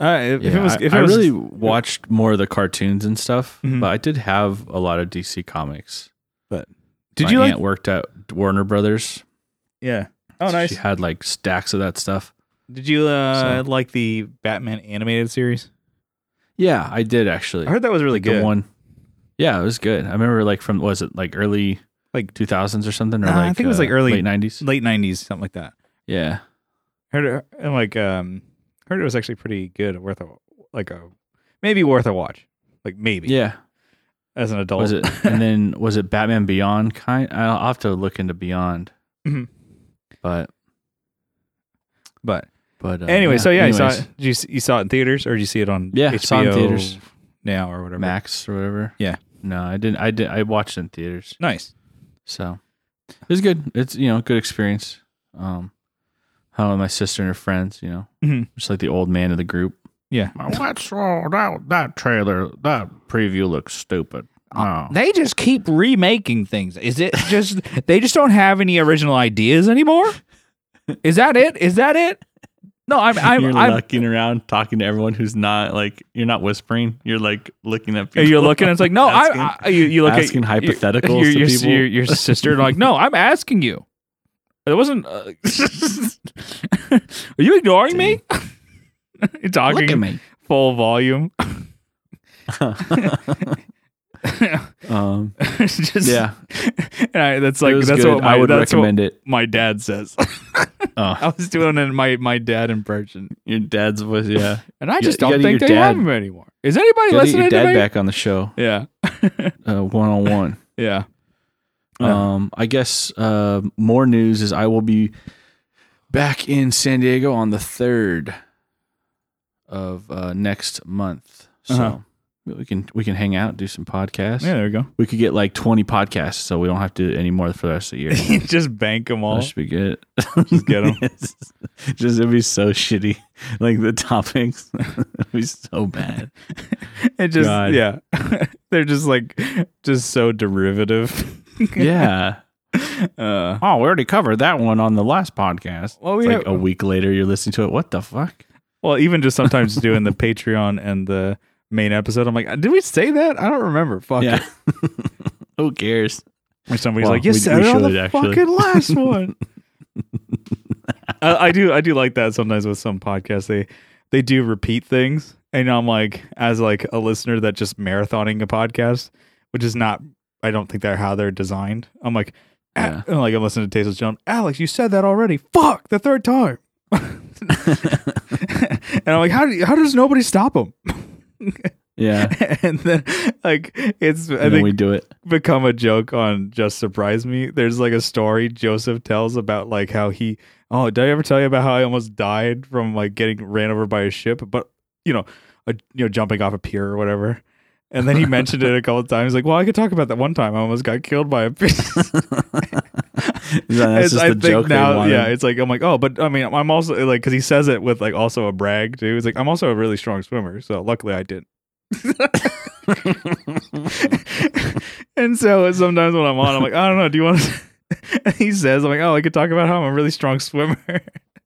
Speaker 1: uh, if, if
Speaker 2: Yeah,
Speaker 1: it was,
Speaker 2: I-
Speaker 1: if it
Speaker 2: I,
Speaker 1: was,
Speaker 2: really watched more of the cartoons and stuff,
Speaker 1: Mhm.
Speaker 2: but I did have a lot of DC comics.
Speaker 1: did
Speaker 2: My
Speaker 1: you like?
Speaker 2: aunt worked at Warner Brothers.
Speaker 1: Yeah. Oh,
Speaker 2: So
Speaker 1: nice.
Speaker 2: She had like stacks of that stuff.
Speaker 1: Did you uh,
Speaker 2: So-
Speaker 1: like the Batman animated series?
Speaker 2: Yeah, I did actually.
Speaker 1: I heard that was really good.
Speaker 2: The one. Yeah, it was good. I remember like from was it like early
Speaker 1: Like-
Speaker 2: like 2000s or something or
Speaker 1: Nah, I
Speaker 2: like
Speaker 1: think it was,
Speaker 2: uh,
Speaker 1: like, early-
Speaker 2: late 90s.
Speaker 1: late '90s, something like that.
Speaker 2: Yeah.
Speaker 1: Heard it, and like um, heard it was actually pretty good, worth a like a maybe worth a watch, like maybe
Speaker 2: Yeah.
Speaker 1: as an adult.
Speaker 2: Was it and then was it Batman Beyond kind I'll I'll have to look into Beyond.
Speaker 1: Mhm.
Speaker 2: But
Speaker 1: but
Speaker 2: but uh,
Speaker 1: anyway, so yeah, you saw
Speaker 2: anyways,
Speaker 1: it. Did you s- you saw it in theaters, or did you see it on
Speaker 2: Yeah,
Speaker 1: HBO
Speaker 2: saw it in theaters.
Speaker 1: now or whatever?
Speaker 2: Max or whatever.
Speaker 1: Yeah.
Speaker 2: No, I didn't I did I watched it in theaters.
Speaker 1: Nice.
Speaker 2: So it was good. It's you know, good experience. Um how my sister and her friends, you know.
Speaker 1: Mhm.
Speaker 2: Just like the old man of the group.
Speaker 1: Yeah,
Speaker 2: What's wrong? That, that trailer, that preview looks stupid. Oh.
Speaker 1: they just keep remaking things. Is it just they just don't have any original ideas anymore? Is that it? Is that it? No, I'm
Speaker 2: you're looking around, talking to everyone who's not like you're not whispering. You're like looking at people.
Speaker 1: You're looking. It's like no,
Speaker 2: Asking-
Speaker 1: I, I. You, you look
Speaker 2: asking
Speaker 1: at, you-
Speaker 2: hypotheticals
Speaker 1: Your,
Speaker 2: to
Speaker 1: your,
Speaker 2: people.
Speaker 1: your, your sister, and like, no, I'm asking you. It wasn't. Uh, are you ignoring me? You're talking
Speaker 2: me.
Speaker 1: full volume.
Speaker 2: um,
Speaker 1: Just,
Speaker 2: yeah,
Speaker 1: and I, that's
Speaker 2: it
Speaker 1: like
Speaker 2: was
Speaker 1: that's
Speaker 2: good.
Speaker 1: what my,
Speaker 2: I would
Speaker 1: that's
Speaker 2: recommend it.
Speaker 1: What my dad says. I
Speaker 2: Oh,
Speaker 1: was doing it my my dad impression,
Speaker 2: your dad's voice. Yeah,
Speaker 1: and I
Speaker 2: You-
Speaker 1: just
Speaker 2: you
Speaker 1: don't
Speaker 2: gotta
Speaker 1: think
Speaker 2: get
Speaker 1: they
Speaker 2: your
Speaker 1: have
Speaker 2: dad-
Speaker 1: him anymore. Is anybody
Speaker 2: get
Speaker 1: listening
Speaker 2: your
Speaker 1: to
Speaker 2: dad
Speaker 1: me?
Speaker 2: back on the show,
Speaker 1: Yeah,
Speaker 2: one on one.
Speaker 1: yeah. Yeah.
Speaker 2: uh, Um, I guess uh, more news is I will be back in San Diego on the third of uh, next month, so
Speaker 1: Uh-huh.
Speaker 2: we can we can hang out, do some podcasts.
Speaker 1: Yeah, there we go.
Speaker 2: We could get like twenty podcasts, so we don't have to do any more for the rest of the year.
Speaker 1: just bank them all.
Speaker 2: That should be good.
Speaker 1: Just get 'em.
Speaker 2: Yes. Just it'd be so shitty. Like the topics, it'd be so bad.
Speaker 1: It just
Speaker 2: God.
Speaker 1: yeah. They're just like just so derivative.
Speaker 2: Yeah.
Speaker 1: Uh
Speaker 2: Oh, we already covered that one on the last podcast.
Speaker 1: well,
Speaker 2: It's
Speaker 1: we
Speaker 2: like a week later, you're listening to it. What the fuck?
Speaker 1: well, even just sometimes doing the Patreon and the main episode, I'm like, did we say that? I don't remember. Fuck it.
Speaker 2: Who cares?
Speaker 1: Or somebody's
Speaker 2: Well,
Speaker 1: like, you
Speaker 2: we-
Speaker 1: said
Speaker 2: we
Speaker 1: it on
Speaker 2: should,
Speaker 1: the
Speaker 2: actually.
Speaker 1: fucking last one. I, I do, I do like that sometimes with some podcasts. They they do repeat things, and I'm like, as like a listener that just marathoning a podcast, which is not, I don't think they're how they're designed. I'm like,
Speaker 2: Yeah.
Speaker 1: "Ah," and like I'm listening to Tasteless Jump. Alex, you said that already. Fuck the third time. and I'm like, how do you, how does nobody stop him?
Speaker 2: Yeah.
Speaker 1: and then like it's I
Speaker 2: and then
Speaker 1: think
Speaker 2: we do it.
Speaker 1: become a joke on just surprise me there's like a story joseph tells about like how he oh did i ever tell you about how i almost died from like getting ran over by a ship but you know a, you know jumping off a pier or whatever. And then he mentioned it a couple of times. Like, well, I could talk about that one time I almost got killed by a pier.
Speaker 2: That's just
Speaker 1: I
Speaker 2: the joke they wanted.
Speaker 1: yeah, it's like I'm like, oh, but I mean, I'm also like, because he says it with like also a brag too. It's like I'm also a really strong swimmer, so luckily I did. and so sometimes when I'm on, I'm like, I don't know, do you want to? And he says, I'm like, oh, I could talk about how I'm a really strong swimmer.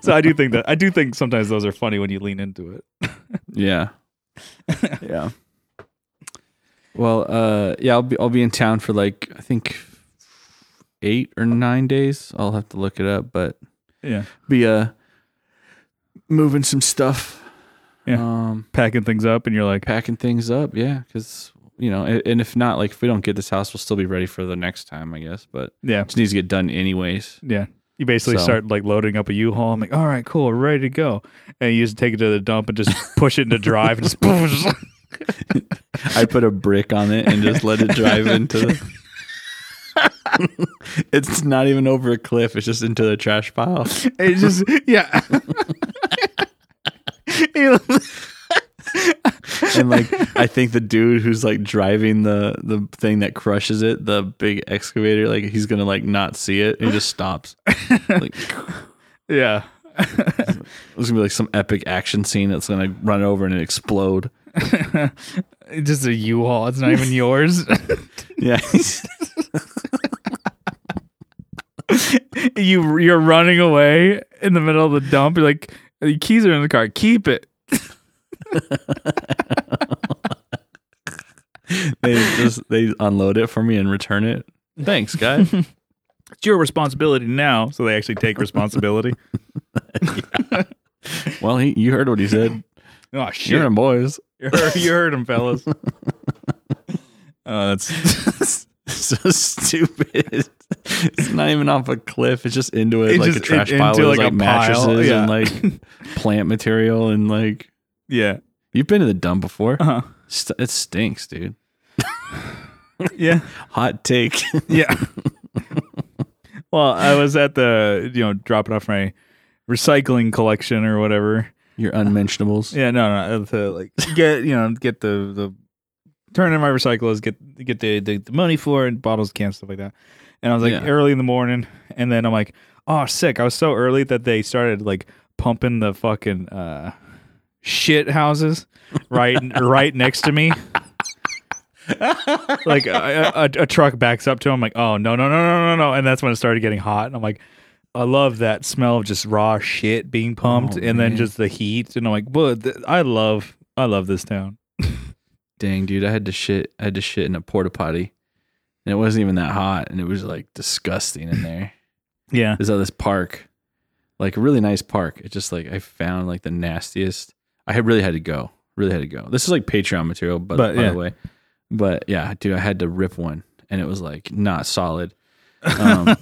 Speaker 1: so I do think that I do think sometimes those are funny when you lean into it.
Speaker 2: Yeah. yeah. Well, uh, yeah, I'll be I'll be in town for like I think eight or nine days. I'll have to look it up, but
Speaker 1: Yeah,
Speaker 2: be uh moving some stuff.
Speaker 1: Yeah.
Speaker 2: Um,
Speaker 1: packing things up, and you're like,
Speaker 2: packing things up. Yeah, because you know, a- and if not, like if we don't get this house, we'll still be ready for the next time, I guess. But
Speaker 1: yeah,
Speaker 2: it just needs to get done anyways.
Speaker 1: Yeah. You basically
Speaker 2: So-
Speaker 1: start like loading up a U-Haul. I'm like, all right, cool, we're ready to go. And you just take it to the dump and just push it into drive and just boom, just-
Speaker 2: I put a brick on it and just let it drive into. the... it's not even over a cliff. It's just into the trash pile.
Speaker 1: it just yeah. You-
Speaker 2: and like I think the dude who's like driving the the thing that crushes it, the big excavator, like he's gonna like not see it. He just stops. Like
Speaker 1: yeah.
Speaker 2: there's gonna be like some epic action scene that's gonna run over and explode.
Speaker 1: It's just a U-Haul. It's not even yours.
Speaker 2: Yeah,
Speaker 1: you you're running away in the middle of the dump. You're like, the keys are in the car. Keep it.
Speaker 2: they just they unload it for me and return it. Thanks, guy.
Speaker 1: It's your responsibility now. So they actually take responsibility.
Speaker 2: well, he, you heard what he said.
Speaker 1: oh
Speaker 2: You're
Speaker 1: shit.
Speaker 2: in boys.
Speaker 1: You heard, you heard him, fellas. Oh, that's
Speaker 2: so stupid. It's not even off a cliff. It's just into it,
Speaker 1: It's
Speaker 2: like a
Speaker 1: just
Speaker 2: trash
Speaker 1: in-
Speaker 2: pile.
Speaker 1: into,
Speaker 2: with
Speaker 1: like,
Speaker 2: like,
Speaker 1: a
Speaker 2: mattresses
Speaker 1: pile, yeah.
Speaker 2: and like plant material and like
Speaker 1: yeah.
Speaker 2: you've been to the dump before.
Speaker 1: Uh-huh.
Speaker 2: St- it stinks, dude.
Speaker 1: Yeah.
Speaker 2: Hot take.
Speaker 1: Yeah. well, I was at the you know dropping off my recycling collection or whatever.
Speaker 2: Your unmentionables.
Speaker 1: Yeah, no, no, to like get you know get the the turn in my recyclables, get get the the, the money for it, and bottles, cans, stuff like that. And I was like
Speaker 2: Yeah.
Speaker 1: early in the morning, and then I'm like, oh, sick. I was so early that they started like pumping the fucking uh, shit houses right right next to me. like a, a, a truck backs up to him, like, oh no no no no no no, and that's when it started getting hot, and I'm like. I love that smell of just raw shit being pumped,
Speaker 2: Oh,
Speaker 1: and then
Speaker 2: man.
Speaker 1: just the heat. And I'm like, "But th- I love, I love this town."
Speaker 2: Dang, dude, I had to shit. I had to shit in a porta potty, and it wasn't even that hot, and it was like disgusting in there.
Speaker 1: Yeah,
Speaker 2: is at this park, like a really nice park. It's just like I found like the nastiest. I had really had to go. Really had to go. This is like Patreon material, but,
Speaker 1: But,
Speaker 2: by
Speaker 1: yeah.
Speaker 2: the way. But yeah, dude, I had to rip one, and it was like not solid. Um,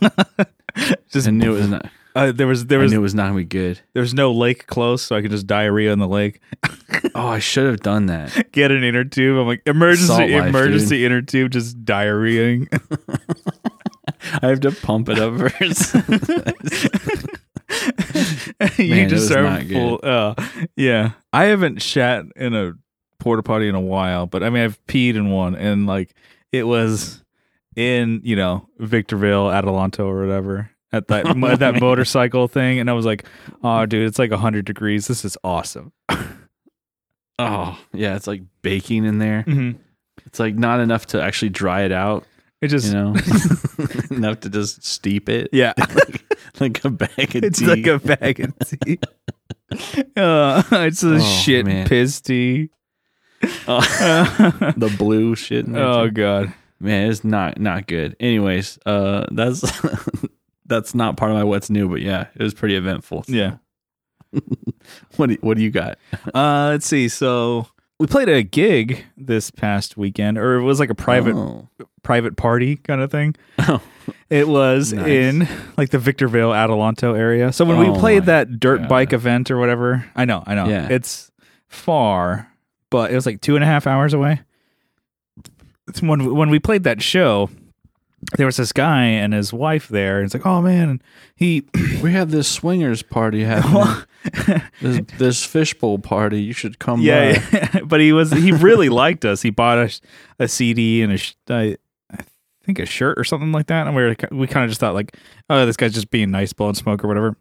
Speaker 1: just
Speaker 2: I knew it was not.
Speaker 1: uh, there was there
Speaker 2: I
Speaker 1: was
Speaker 2: knew it was not gonna be good.
Speaker 1: there was no lake close, so I could just diarrhea in the lake.
Speaker 2: Oh, I should have done that.
Speaker 1: Get an inner tube. I'm like emergency
Speaker 2: Salt life,
Speaker 1: emergency inner tube, just diarrheaing.
Speaker 2: I have to pump it up first.
Speaker 1: you
Speaker 2: Man, it
Speaker 1: just
Speaker 2: was
Speaker 1: are
Speaker 2: not
Speaker 1: full. Uh, yeah, I haven't shat in a porta potty in a while, but I mean I've peed in one, and like it was in you know Victorville, Adelanto, or whatever. At that
Speaker 2: Oh,
Speaker 1: at that
Speaker 2: man.
Speaker 1: motorcycle thing, and I was like, "Oh, dude, it's like hundred degrees. This is awesome."
Speaker 2: oh, yeah, it's like baking in there.
Speaker 1: Mm-hmm.
Speaker 2: It's like not enough to actually dry it out.
Speaker 1: It just,
Speaker 2: You know, enough to just steep it
Speaker 1: yeah,
Speaker 2: like a bag of
Speaker 1: it's
Speaker 2: tea.
Speaker 1: like a bag of tea. uh, it's a
Speaker 2: Oh,
Speaker 1: shit
Speaker 2: man.
Speaker 1: piss tea.
Speaker 2: Oh.
Speaker 1: oh
Speaker 2: the blue shit. In there too.
Speaker 1: god,
Speaker 2: man, it's not not good. Anyways, uh, that's that's not part of my what's new, but yeah, it was pretty eventful.
Speaker 1: yeah.
Speaker 2: What do, what do you got?
Speaker 1: Uh, let's see. So we played a gig this past weekend, or it was like a private
Speaker 2: Oh.
Speaker 1: private party kind of thing.
Speaker 2: Oh.
Speaker 1: It was
Speaker 2: Nice.
Speaker 1: in like the Victorville Adelanto area. So when
Speaker 2: Oh
Speaker 1: we played
Speaker 2: my
Speaker 1: that dirt
Speaker 2: God.
Speaker 1: bike event or whatever, I know, I know,
Speaker 2: Yeah.
Speaker 1: it's far, but it was like two and a half hours away. It's when when we played that show, there was this guy and his wife there, and it's like, oh man, and he
Speaker 2: We have this swingers party happening. this, this fishbowl party. You should come by.
Speaker 1: yeah, yeah. but he was he really liked us. He bought us a CD and a sh- I, I think a shirt or something like that, and we were we kind of just thought like, oh, this guy's just being nice, blowing smoke or whatever.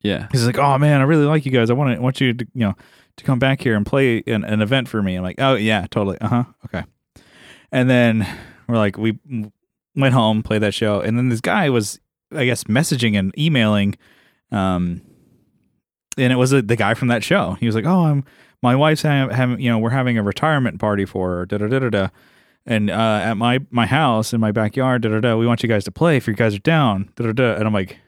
Speaker 2: Yeah.
Speaker 1: He's like, oh man, I really like you guys. I want to want you to you know to come back here and play an, an event for me. I'm like, oh yeah, totally. Uh huh. Okay. And then we're like, we went home, played that show, and then this guy was, I guess, messaging and emailing, um, and it was uh, the guy from that show. He was like, oh, I'm my wife's ha- having you know we're having a retirement party for her. Da da da da da. And uh, at my my house in my backyard, da da da. We want you guys to play if you guys are down. Da da da. And I'm like.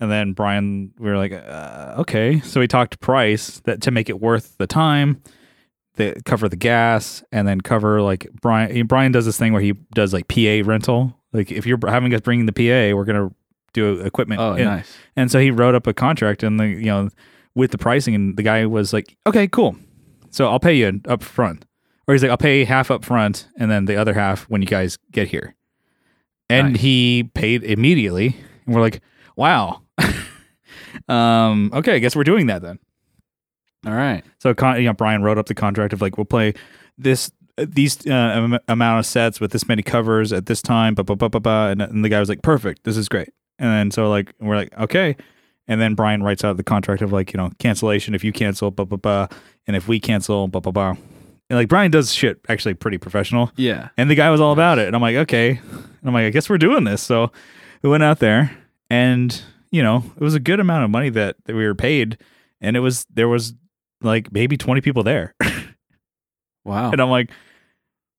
Speaker 1: And then Brian, we were like, uh, okay. So we talked price that to make it worth the time, the cover the gas, and then cover like Brian. Brian does this thing where he does like PA rental. Like if you're having us bringing the PA, we're gonna do equipment.
Speaker 2: Oh,
Speaker 1: and,
Speaker 2: nice.
Speaker 1: and so he wrote up a contract and the you know with the pricing and the guy was like, "Okay, cool. So I'll pay you up front." Or he's like, "I'll pay half up front and then the other half when you guys get here." And
Speaker 2: Nice.
Speaker 1: he paid immediately. And we're like, "Wow." um, okay, I guess we're doing that then.
Speaker 2: All right.
Speaker 1: So con- you know, Brian wrote up the contract of like we'll play this these uh, am- amount of sets with this many covers at this time, blah blah blah blah blah. And, and the guy was like, "Perfect, this is great." And then so like we're like, "Okay." And then Brian writes out the contract of like you know cancellation if you cancel, blah blah blah, and if we cancel, blah blah blah. And like Brian does shit actually pretty professional.
Speaker 2: Yeah.
Speaker 1: And the guy was all about it. And I'm like, okay. And I'm like, I guess we're doing this. So we went out there and, you know, it was a good amount of money that, that we were paid. And it was, there was like maybe 20 people there.
Speaker 2: Wow.
Speaker 1: and I'm like,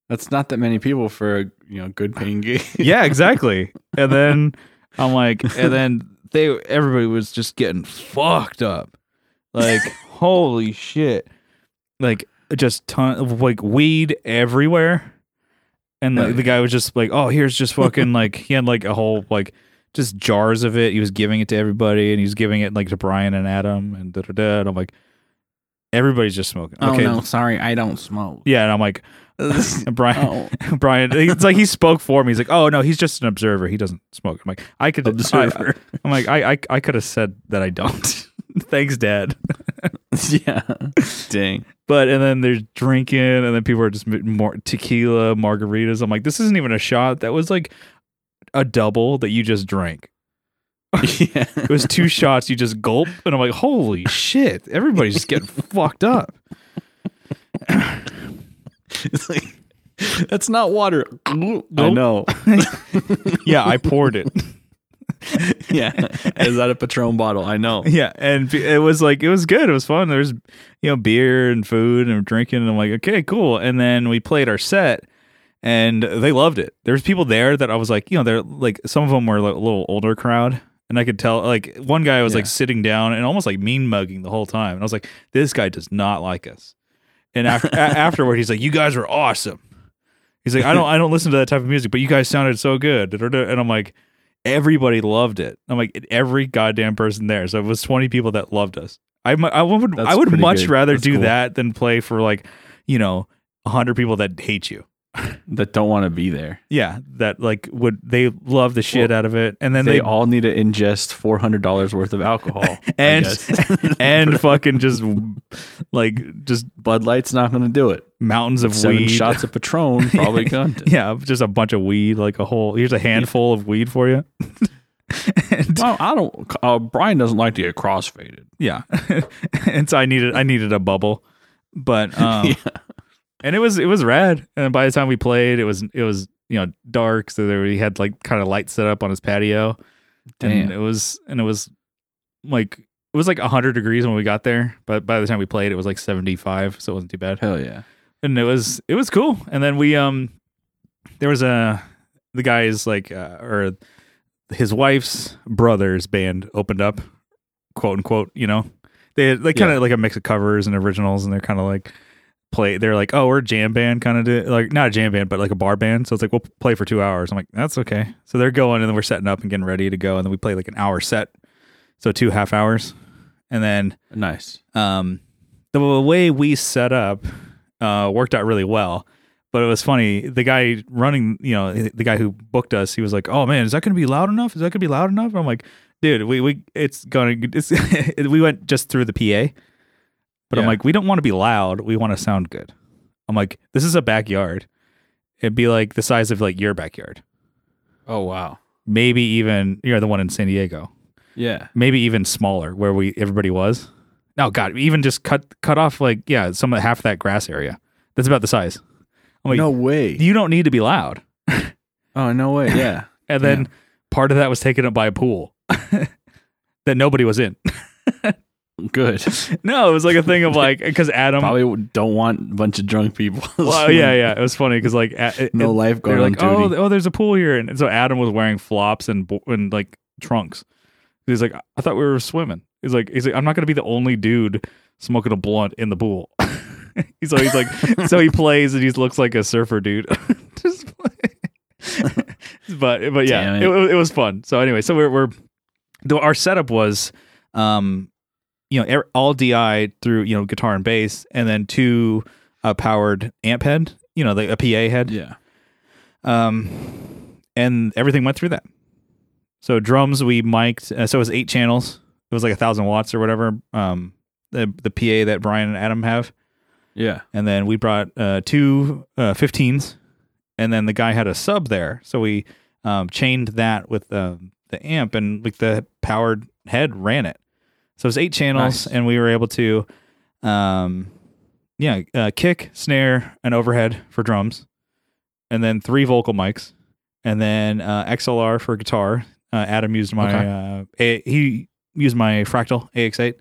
Speaker 2: That's not that many people for a you know good paying gig.
Speaker 1: yeah, exactly. and then I'm like, and then they, everybody was just getting fucked up. Like, holy shit. Like, just ton of like weed everywhere. And like, the guy was just like, oh, here's just fucking like, he had like a whole like, just jars of it. He was giving it to everybody and he was giving it like to Brian and Adam and da da da. And I'm like, everybody's just smoking.
Speaker 2: Oh no, sorry, I don't smoke.
Speaker 1: Yeah. And I'm like,
Speaker 2: oh,
Speaker 1: Brian, Brian, it's like he spoke for me. He's like, "Oh no, he's just an observer. He doesn't smoke." I'm like, "I could
Speaker 2: Observer.
Speaker 1: I, am like, "I I, I could have said that I don't." Thanks, Dad.
Speaker 2: yeah. Dang.
Speaker 1: But and then they're drinking, and then people are just m- more tequila, margaritas. I'm like, this isn't even a shot. That was like a double that you just drank.
Speaker 2: Yeah.
Speaker 1: It was two shots. You just gulp, and I'm like, holy shit! Everybody's just getting fucked up.
Speaker 2: It's like, that's not water. I know.
Speaker 1: Yeah, I poured it.
Speaker 2: yeah. Is that a Patron bottle? I know.
Speaker 1: Yeah, and be- it was like it was good. It was fun. There's you know beer and food and drinking. And I'm like, okay, cool. And then we played our set, and they loved it. There was people there that I was like, you know, they're like some of them were like a little older crowd, and I could tell. Like one guy was like
Speaker 2: Yeah.
Speaker 1: sitting down and almost like mean mugging the whole time, and I was like, this guy does not like us. And after, a- afterward, he's like, you guys were awesome. He's like, I don't, I don't listen to that type of music, but you guys sounded so good. And I'm like, everybody loved it. I'm like every goddamn person there. So it was 20 people that loved us. I, mu- I would
Speaker 2: That's
Speaker 1: I would
Speaker 2: pretty
Speaker 1: much
Speaker 2: good.
Speaker 1: rather
Speaker 2: That's
Speaker 1: do
Speaker 2: cool.
Speaker 1: that than play for like you know 100 people that hate you.
Speaker 2: That don't want to be there.
Speaker 1: Yeah, that like would they love the shit out of it, and then
Speaker 2: They,
Speaker 1: they,
Speaker 2: all need to ingest four hundred dollars worth of alcohol. I
Speaker 1: and
Speaker 2: guess.
Speaker 1: and fucking just like just
Speaker 2: Bud Light's not going to do it.
Speaker 1: mountains of
Speaker 2: Seven
Speaker 1: weed.
Speaker 2: shots of Patron probably going to.
Speaker 1: Yeah, just a bunch of weed, like a whole. Here's a handful of weed for you. and,
Speaker 2: Well, I don't. Uh, Brian doesn't like to get crossfaded.
Speaker 1: yeah, and so I needed I needed a bubble, but um, and it was it was rad. And by the time we played, it was it was you know dark, so there he had like kind of light set up on his patio,
Speaker 2: Damn.
Speaker 1: and it was and it was like it was like hundred degrees when we got there, but by the time we played, it was like seventy five, so it wasn't too bad.
Speaker 2: Hell yeah.
Speaker 1: and it was it was cool. And then we um, there was a the guy's like uh, or his wife's brother's band opened up, quote unquote. You know, they they kind of like a mix of covers and originals, and they're kind of like play. They're like, oh, we're a jam band, kind of like not a jam band, but like a bar band. So it's like we'll play for two hours. I'm like, that's okay. So they're going, and then we're setting up and getting ready to go, and then we play like an hour set, so two half hours, and then
Speaker 2: Nice.
Speaker 1: um, the way we set up uh, worked out really well. But it was funny. The guy running, you know, the guy who booked us, he was like, "Oh man, is that going to be loud enough? Is that going to be loud enough?" I'm like, "Dude, we we it's going to it's we went just through the PA." But I'm
Speaker 2: Yeah.
Speaker 1: like, "We don't want to be loud. We want to sound good." I'm like, "This is a backyard. It'd be like the size of like your backyard.
Speaker 2: Oh wow.
Speaker 1: Maybe even you're the one in San Diego.
Speaker 2: Yeah.
Speaker 1: Maybe even smaller where we everybody was. No, God, even just cut cut off like yeah, some of half that grass area. That's about the size. I'm like,
Speaker 2: way.
Speaker 1: you don't need to be loud.
Speaker 2: oh no way. Yeah.
Speaker 1: And then part of that was taken up by a pool that nobody was in.
Speaker 2: Good.
Speaker 1: No, it was like a thing of like because Adam.
Speaker 2: Probably don't want a bunch of drunk people.
Speaker 1: well, yeah, yeah, it was funny because like a- it-
Speaker 2: No
Speaker 1: it-
Speaker 2: lifeguard
Speaker 1: They're like,
Speaker 2: on
Speaker 1: oh,
Speaker 2: duty.
Speaker 1: th- oh, there's a pool here, and so Adam was wearing flops and bo- and like trunks. He's like, I thought we were swimming. He's like, he's like, I'm not gonna be the only dude smoking a blunt in the pool. so he's like, so he plays and he looks like a surfer dude. Just play. but but yeah,
Speaker 2: Damn
Speaker 1: it.
Speaker 2: it.
Speaker 1: wa- it was fun. So anyway, so we're we're the, our setup was, um, you know, er- all DI through you know guitar and bass, and then two uh, powered amp head, you know, the, a PA head.
Speaker 2: yeah.
Speaker 1: Um, and everything went through that. So drums we mic'd. Uh, so it was eight channels. It was like a thousand watts or whatever. Um, the the PA that Brian and Adam have,
Speaker 2: Yeah.
Speaker 1: and then we brought uh, two uh, 15s, and then the guy had a sub there. So we um, chained that with the the amp, and like the powered head ran it. So it was eight channels,
Speaker 2: Nice.
Speaker 1: and we were able to, um, yeah, uh, kick, snare, and overhead for drums, and then three vocal mics, and then uh, XLR for guitar. Uh, Adam used my uh, a- he used my Fractal AX8,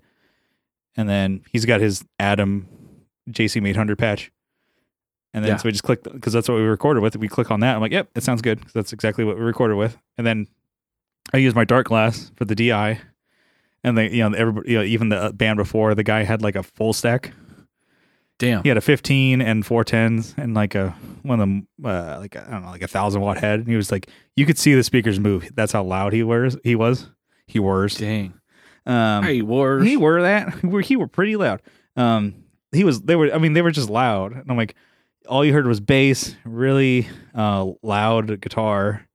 Speaker 1: and then he's got his Adam JCM 800 patch, and then
Speaker 2: Yeah.
Speaker 1: so we just click because that's what we recorded with. We click on that. I'm like, yep, it sounds good. 'cause that's exactly what we recorded with, and then I used my dark glass for the DI, and they you know everybody you know, even the uh, band before the guy had like a full stack.
Speaker 2: Damn.
Speaker 1: He had a 15 and four tens and like a one of them uh, like I I don't know like a thousand watt head, and he was like you could see the speakers move. That's how loud he was. He was. He was.
Speaker 2: Dang.
Speaker 1: Um,
Speaker 2: hey, wars.
Speaker 1: he were that. He were, he were pretty loud. Um, he was. They were. I mean, they were just loud. And I'm like, all you heard was bass, really uh, loud guitar.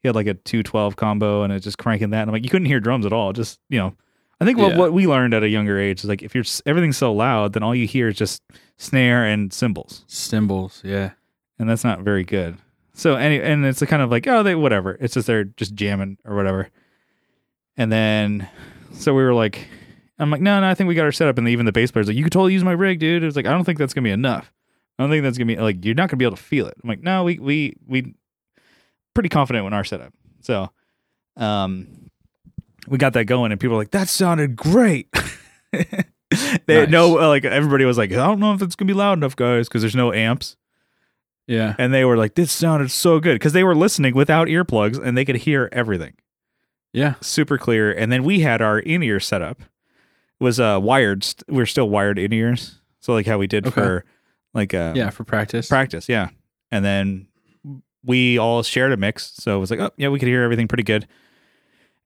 Speaker 1: He had like a 212 combo, and it's just cranking that. And I'm like, you couldn't hear drums at all. Just you know, I think what
Speaker 2: Yeah.
Speaker 1: what we learned at a younger age is like if you're s- everything's so loud, then all you hear is just snare and cymbals,
Speaker 2: Symbols. Yeah.
Speaker 1: and that's not very good. So any and it's a kind of like oh they whatever. It's just they're just jamming or whatever. And then so we were like, I'm like, no, no, I think we got our setup. And even the bass player's like, you could totally use my rig, dude. It was like, I don't think that's gonna be enough. I don't think that's gonna be like you're not gonna be able to feel it. I'm like, no, we we we pretty confident in our setup. So um we got that going and people were like, that sounded great. they
Speaker 2: Nice.
Speaker 1: no like everybody was like, I don't know if it's gonna be loud enough, guys, because there's no amps
Speaker 2: Yeah.
Speaker 1: and they were like, "This sounded so good" because they were listening without earplugs and they could hear everything
Speaker 2: Yeah.
Speaker 1: super clear. And then we had our in ear setup it was uh wired. St- we are still wired in ears, so like how we did
Speaker 2: Okay.
Speaker 1: for like uh,
Speaker 2: Yeah. For practice.
Speaker 1: practice, yeah. And then we all shared a mix, so it was like, "Oh yeah, we could hear everything pretty good."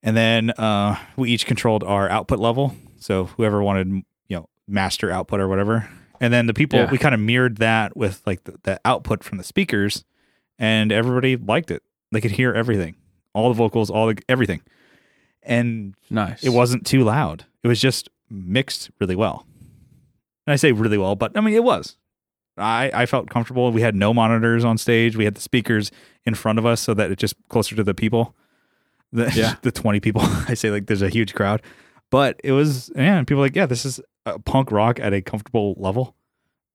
Speaker 1: And then uh, we each controlled our output level, so whoever wanted you know master output or whatever. And then the people
Speaker 2: Yeah.
Speaker 1: we kind of mirrored that with like the, the output from the speakers and everybody liked it. They could hear everything, all the vocals, all the everything, and
Speaker 2: nice.
Speaker 1: it wasn't too loud. It was just mixed really well. And I say really well, but I mean it was. I I felt comfortable. We had no monitors on stage. We had the speakers in front of us so that it just closer to the people. The
Speaker 2: Yeah.
Speaker 1: the twenty people. I say like there's a huge crowd, but it was yeah. And people were like yeah, this is uh, punk rock at a comfortable level.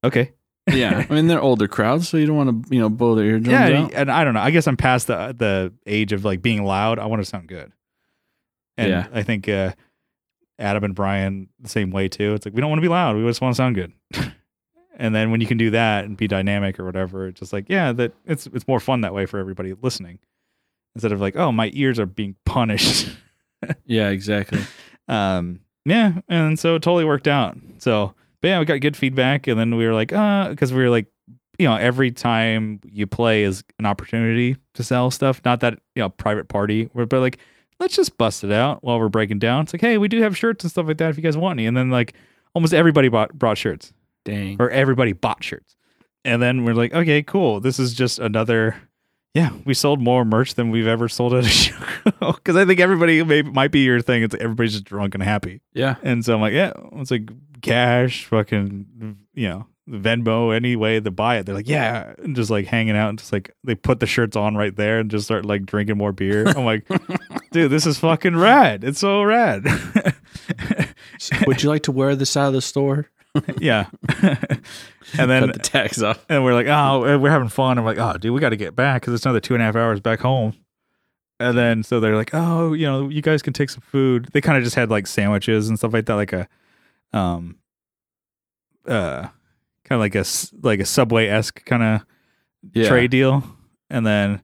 Speaker 1: Okay.
Speaker 2: yeah. I mean, they're older crowds, so you don't want to, you know, blow their eardrums
Speaker 1: yeah,
Speaker 2: out.
Speaker 1: and I don't know. I guess I'm past the the age of like being loud. I want to sound good. And
Speaker 2: Yeah.
Speaker 1: I think uh, Adam and Brian the same way too. It's like we don't want to be loud. We just want to sound good. and then when you can do that and be dynamic or whatever, it's just like yeah, that it's it's more fun that way for everybody listening instead of like oh my ears are being punished.
Speaker 2: Yeah. Exactly.
Speaker 1: um, yeah, and so it totally worked out. So, but yeah, we got good feedback, and then we were like, uh, because we were like, you know, every time you play is an opportunity to sell stuff. Not that you know, private party, we're- but like, let's just bust it out while we're breaking down. It's like, hey, we do have shirts and stuff like that if you guys want any. And then like, almost everybody bought brought shirts,
Speaker 2: Dang.
Speaker 1: or everybody bought shirts. And then we're like, okay, cool. This is just another. Yeah, we sold more merch than we've ever sold at a show because I think everybody may, might be your thing. It's everybody's just drunk and happy,
Speaker 2: Yeah.
Speaker 1: and so I'm like, yeah, it's like cash, fucking, you know, Venmo, any way to buy it. They're like, yeah, and just like hanging out and just like they put the shirts on right there and just start like drinking more beer. I'm like, dude, this is fucking rad. It's so rad.
Speaker 2: Would you like to wear this out of the store?
Speaker 1: yeah, and then
Speaker 2: Cut the tags off.
Speaker 1: and we're like, oh, we're having fun. I'm like, oh, dude, we got to get back because it's another two and a half hours back home. And then so they're like, oh, you know, you guys can take some food. They kind of just had like sandwiches and stuff like that, like a, um, uh, kind of like a s- like a subway esque kind of
Speaker 2: Yeah.
Speaker 1: trade deal. And then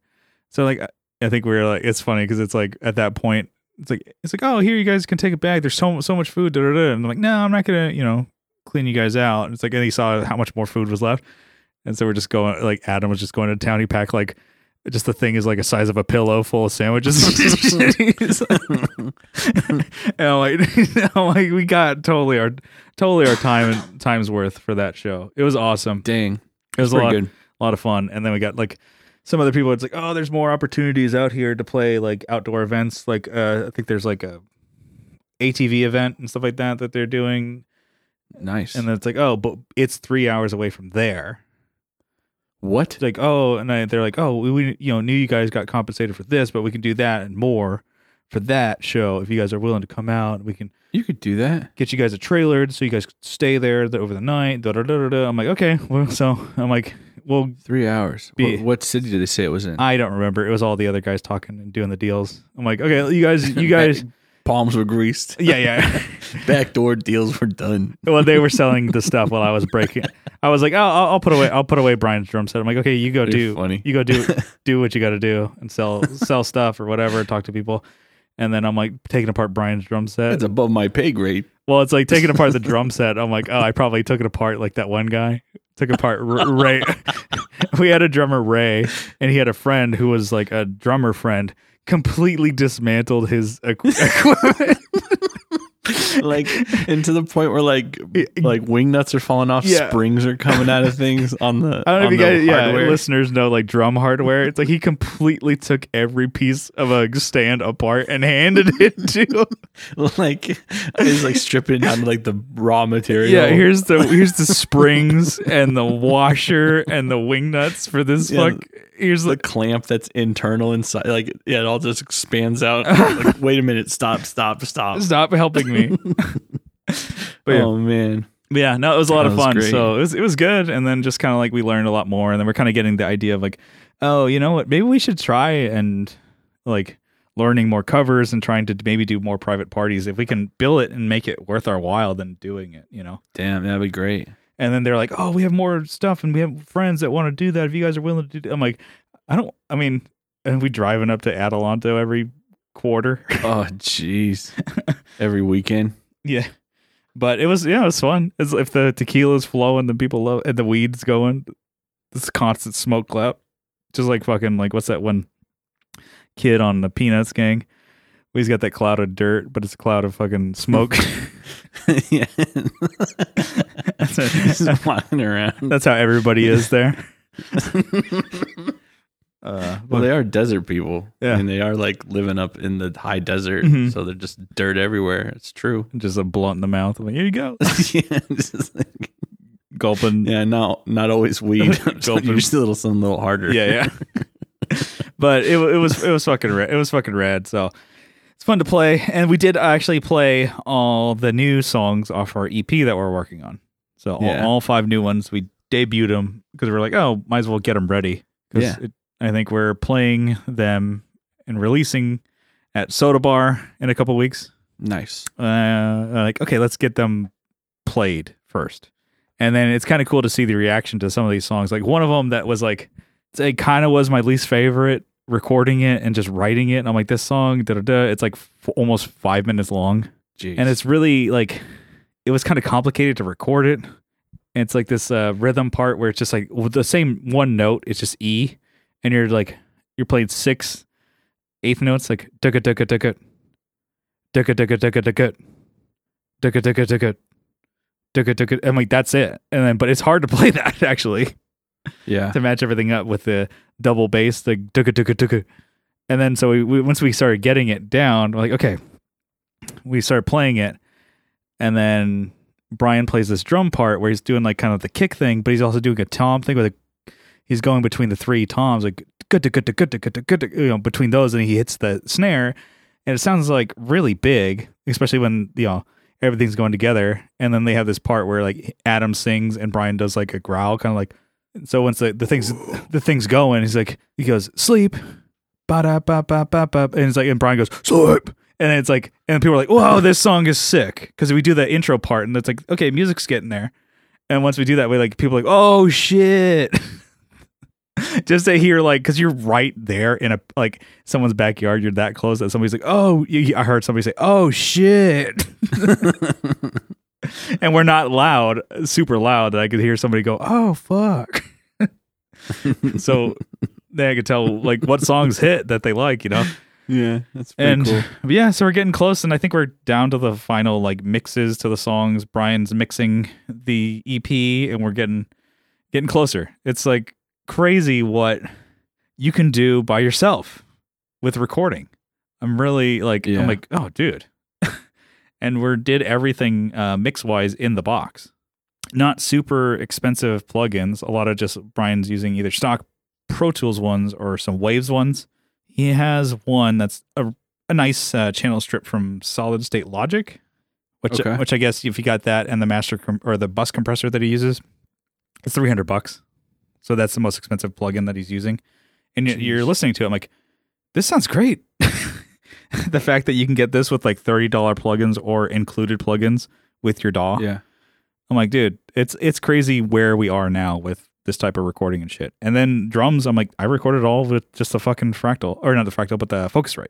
Speaker 1: so like I- I think we were like it's funny because it's like at that point it's like it's like oh here you guys can take it back. There's so so much food. Da, da, da. And I'm like no I'm not gonna you know clean you guys out. And it's like and he saw how much more food was left, and so we're just going like Adam was just going to town. He packed like. Just the thing is like a size of a pillow full of sandwiches. He's like- and I'm like, I'm like, we got totally our totally our time and time's worth for that show. It was awesome.
Speaker 2: Dang.
Speaker 1: It was a
Speaker 2: Pretty
Speaker 1: lot,
Speaker 2: good.
Speaker 1: a lot of fun. And then we got like some other people. It's like, oh, there's more opportunities out here to play like outdoor events. Like uh, I think there's like a ATV event and stuff like that that they're doing.
Speaker 2: Nice.
Speaker 1: And then it's like, oh, but it's three hours away from there.
Speaker 2: what?
Speaker 1: It's like, oh, and I, they're like, oh, we, we you know knew you guys got compensated for this, but we can do that and more for that show if you guys are willing to come out. We can
Speaker 2: You could do that.
Speaker 1: get you guys a trailer so you guys could stay there the, over the night. Da, da, da, da, da. I'm like, okay, well, so I'm like, well,
Speaker 2: Three hours.
Speaker 1: Be-
Speaker 2: What, what city did they say it was in?
Speaker 1: I don't remember. It was all the other guys talking and doing the deals. I'm like, okay, you guys, you guys,
Speaker 2: Palms were greased.
Speaker 1: yeah, yeah.
Speaker 2: Backdoor deals were done.
Speaker 1: well, they were selling the stuff while I was breaking. I was like, oh, I'll, I'll put away, I'll put away Brian's drum set. I'm like, okay, you go
Speaker 2: You're
Speaker 1: do,
Speaker 2: funny.
Speaker 1: you go do, do what you got to do and sell, sell stuff or whatever, talk to people. And then I'm like taking apart Brian's drum set.
Speaker 2: That's above my pay grade.
Speaker 1: well, it's like taking apart the drum set. I'm like, oh, I probably took it apart like that one guy took apart R- Ray. we had a drummer Ray, and he had a friend who was like a drummer friend. Completely dismantled his equ- equipment.
Speaker 2: like and to the point where like like wing nuts are falling off,
Speaker 1: Yeah.
Speaker 2: springs are coming out of things on the.
Speaker 1: I don't know if
Speaker 2: on
Speaker 1: you
Speaker 2: the
Speaker 1: guys, yeah,
Speaker 2: hardware.
Speaker 1: listeners know like drum hardware. It's like he completely took every piece of a stand apart and handed it to him.
Speaker 2: like it's like stripping down to like the raw material.
Speaker 1: Yeah, here's the here's the springs and the washer and the wing nuts for this
Speaker 2: Yeah,
Speaker 1: fuck. Here's
Speaker 2: the
Speaker 1: like
Speaker 2: clamp that's internal inside. Like yeah, it all just expands out. like, wait a minute, stop, stop, stop.
Speaker 1: stop helping me. But yeah.
Speaker 2: Oh man,
Speaker 1: But yeah, no, it was a lot
Speaker 2: That
Speaker 1: of
Speaker 2: was
Speaker 1: fun.
Speaker 2: great.
Speaker 1: So it was it was good, and then just kind of like we learned a lot more, and then we're kind of getting the idea of like, oh, you know what? Maybe we should try and like learning more covers and trying to maybe do more private parties if we can bill it and make it worth our while than doing it, you know.
Speaker 2: damn, that'd be great.
Speaker 1: And then they're like, oh, we have more stuff and we have friends that want to do that. If you guys are willing to do, I'm like, I don't. I mean, and we driving up to Adelanto every quarter.
Speaker 2: Oh jeez, every weekend.
Speaker 1: Yeah. But it was yeah, it was fun. It's, if the tequila's flowing, then people love and the weed's going. This constant smoke cloud. Just like fucking like what's that one kid on the Peanuts gang? He's got that cloud of dirt, but it's a cloud of fucking smoke.
Speaker 2: yeah,
Speaker 1: that's, how,
Speaker 2: just flying around.
Speaker 1: that's how everybody is there. Uh,
Speaker 2: Well, they are desert people.
Speaker 1: Yeah.
Speaker 2: And they are like living up in the high desert.
Speaker 1: Mhm.
Speaker 2: So they're just dirt everywhere. It's true.
Speaker 1: just a blunt in the mouth. I'm like, here you go,
Speaker 2: yeah, it's just like-
Speaker 1: gulping.
Speaker 2: yeah, not not always weed.
Speaker 1: Gulping.
Speaker 2: You're still a little, something a little harder.
Speaker 1: yeah, yeah. but it, it was it was fucking rad. It was fucking rad. So it's fun to play, and we did actually play all the new songs off our EP that we're working on. So all,
Speaker 2: Yeah.
Speaker 1: all five new ones, we debuted them because we are like, oh, might as well get them ready. 'Cause
Speaker 2: Yeah.
Speaker 1: it- I think we're playing them and releasing at Soda Bar in a couple weeks
Speaker 2: Nice.
Speaker 1: uh, like, okay, let's get them played first. And then it's kind of cool to see the reaction to some of these songs. Like one of them that was like, it kind of was my least favorite recording it and just writing it. And I'm like, this song, da da da, it's like f- almost five minutes long.
Speaker 2: Jeez.
Speaker 1: And it's really like, it was kind of complicated to record it. And it's like this uh, rhythm part where it's just like with the same one note, it's just E. And you're like, you're playing six eighth notes, like, duka duka duka, duka duka duka duka, duka duka duka, duka duka. I'm like, that's it. And then, but it's hard to play that actually.
Speaker 2: Yeah.
Speaker 1: to match everything up with the double bass, the tuka tuka tuka. And then so we, we once we started getting it down, we're like okay, we started playing it, and then Brian plays this drum part where he's doing like kind of the kick thing, but he's also doing a tom thing with a. He's going between the three toms, like good good good good good, you know, between those, and he hits the snare, and it sounds like really big, especially when you know everything's going together. And then they have this part where like Adam sings and Brian does like a growl, kind of like so once the, the things the things going, he's like he goes sleep, ba da ba ba ba ba, and it's like and Brian goes sleep, and it's like and people are like, whoa, this song is sick because we do that intro part, and it's like okay, music's getting there, and once we do that, we like people are like oh shit. Just to hear, like, because you're right there in a like someone's backyard, you're that close that somebody's like, "Oh, you, I heard somebody say, oh shit," and we're not loud, super loud, that I could hear somebody go, "Oh fuck." so then I could tell like what songs hit that they like, you know.
Speaker 2: yeah. That's pretty
Speaker 1: And
Speaker 2: cool.
Speaker 1: yeah, so we're getting close, and I think we're down to the final like mixes to the songs. Brian's mixing the EP, and we're getting getting closer. It's like crazy what you can do by yourself with recording. I'm really like
Speaker 2: Yeah.
Speaker 1: I'm like oh dude, and we're did everything uh, mix wise in the box. Not super expensive plugins. A lot of just Brian's using either stock Pro Tools ones or some Waves ones. He has one that's a, a nice uh, channel strip from Solid State Logic, which
Speaker 2: Okay.
Speaker 1: which I guess if you got that and the master com- or the bus compressor that he uses, it's three hundred bucks. So that's the most expensive plugin that he's using, and you're, you're
Speaker 2: Jeez.
Speaker 1: listening to it. I'm like, this sounds great. the fact that you can get this with like thirty dollar plugins or included plugins with your DAW,
Speaker 2: Yeah.
Speaker 1: I'm like, dude, it's it's crazy where we are now with this type of recording and shit. And then drums, I'm like, I recorded all with just the fucking fractal, or not the fractal, but the Focusrite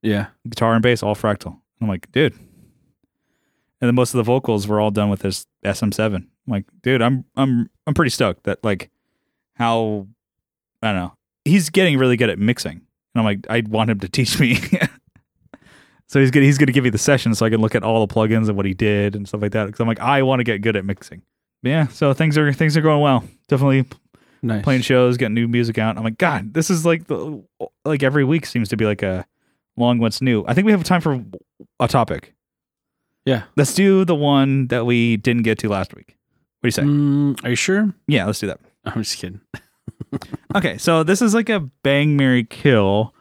Speaker 2: Yeah.
Speaker 1: guitar and bass all fractal. I'm like, dude. And then most of the vocals were all done with this SM7. I'm like, dude, I'm I'm I'm pretty stoked that like how I don't know. He's getting really good at mixing, and I'm like, I want him to teach me. so he's gonna he's gonna give you the session so I can look at all the plugins and what he did and stuff like that. Because I'm like, I want to get good at mixing. But yeah, so things are things are going well. Definitely
Speaker 2: Nice.
Speaker 1: playing shows, getting new music out. I'm like, God, this is like the like every week seems to be like a long what's new. I think we have time for a topic.
Speaker 2: Yeah.
Speaker 1: Let's do the one that we didn't get to last week. What do you say?
Speaker 2: Mm, are you sure?
Speaker 1: Yeah, let's do that.
Speaker 2: I'm just kidding.
Speaker 1: Okay, so this is like a bang Mary kill,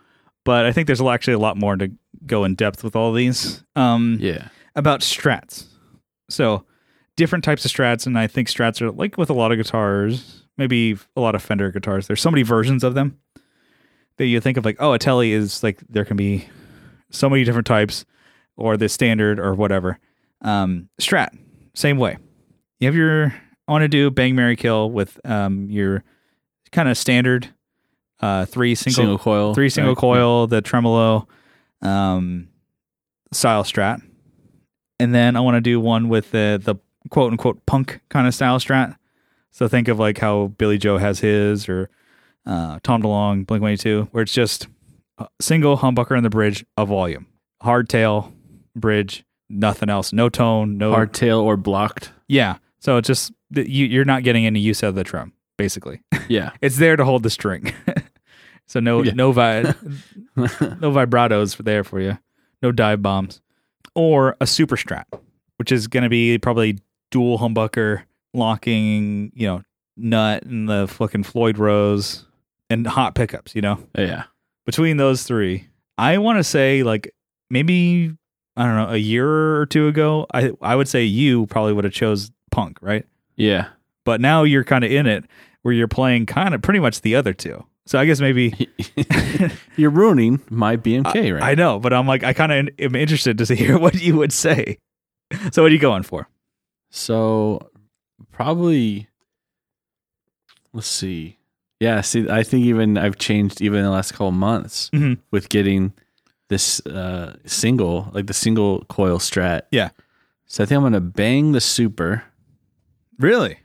Speaker 1: but I think there's actually a lot more to go in depth with all these. Um
Speaker 2: Yeah.
Speaker 1: about strats. So different types of strats, and I think strats are like with a lot of guitars, maybe a lot of Fender guitars. There's so many versions of them that you think of like, oh, a Tele is like there can be so many different types, or the standard or whatever. Um, strat, same way. You have your I want to do bang Mary kill with um, your kind of standard uh, three
Speaker 2: Single,
Speaker 1: single
Speaker 2: coil.
Speaker 1: three single
Speaker 2: right?
Speaker 1: coil, the tremolo, um, style strat, and then I want to do one with the the quote unquote punk kind of style strat. So think of like how Billy Joe has his, or uh, Tom DeLonge, Blink One Eighty Two, where it's just a single humbucker in the bridge, a volume, hardtail, bridge, nothing else, no tone, no
Speaker 2: Hardtail or blocked.
Speaker 1: yeah. So it's just that you you're not getting any use out of the drum, basically.
Speaker 2: Yeah.
Speaker 1: It's there to hold the string. so no
Speaker 2: Yeah.
Speaker 1: no vi- no vibratos for there for you. No dive bombs. Or a super strat, which is gonna be probably dual humbucker locking, you know, nut and the fucking Floyd Rose and hot pickups, you know?
Speaker 2: yeah.
Speaker 1: Between those three, I wanna say like maybe I don't know, a year or two ago, I I would say you probably would have chose punk, right?
Speaker 2: Yeah.
Speaker 1: but now you're kind of in it where you're playing kind of pretty much the other two. So I guess maybe
Speaker 2: You're ruining my BMK right
Speaker 1: I know, but I'm like I kind of am interested to hear what you would say. So what are you going for?
Speaker 2: So probably let's see. Yeah, see I think even I've changed even in the last couple months
Speaker 1: Mhm.
Speaker 2: with getting this uh single, like the single coil strat.
Speaker 1: Yeah.
Speaker 2: So I think I'm gonna bang the super.
Speaker 1: Really?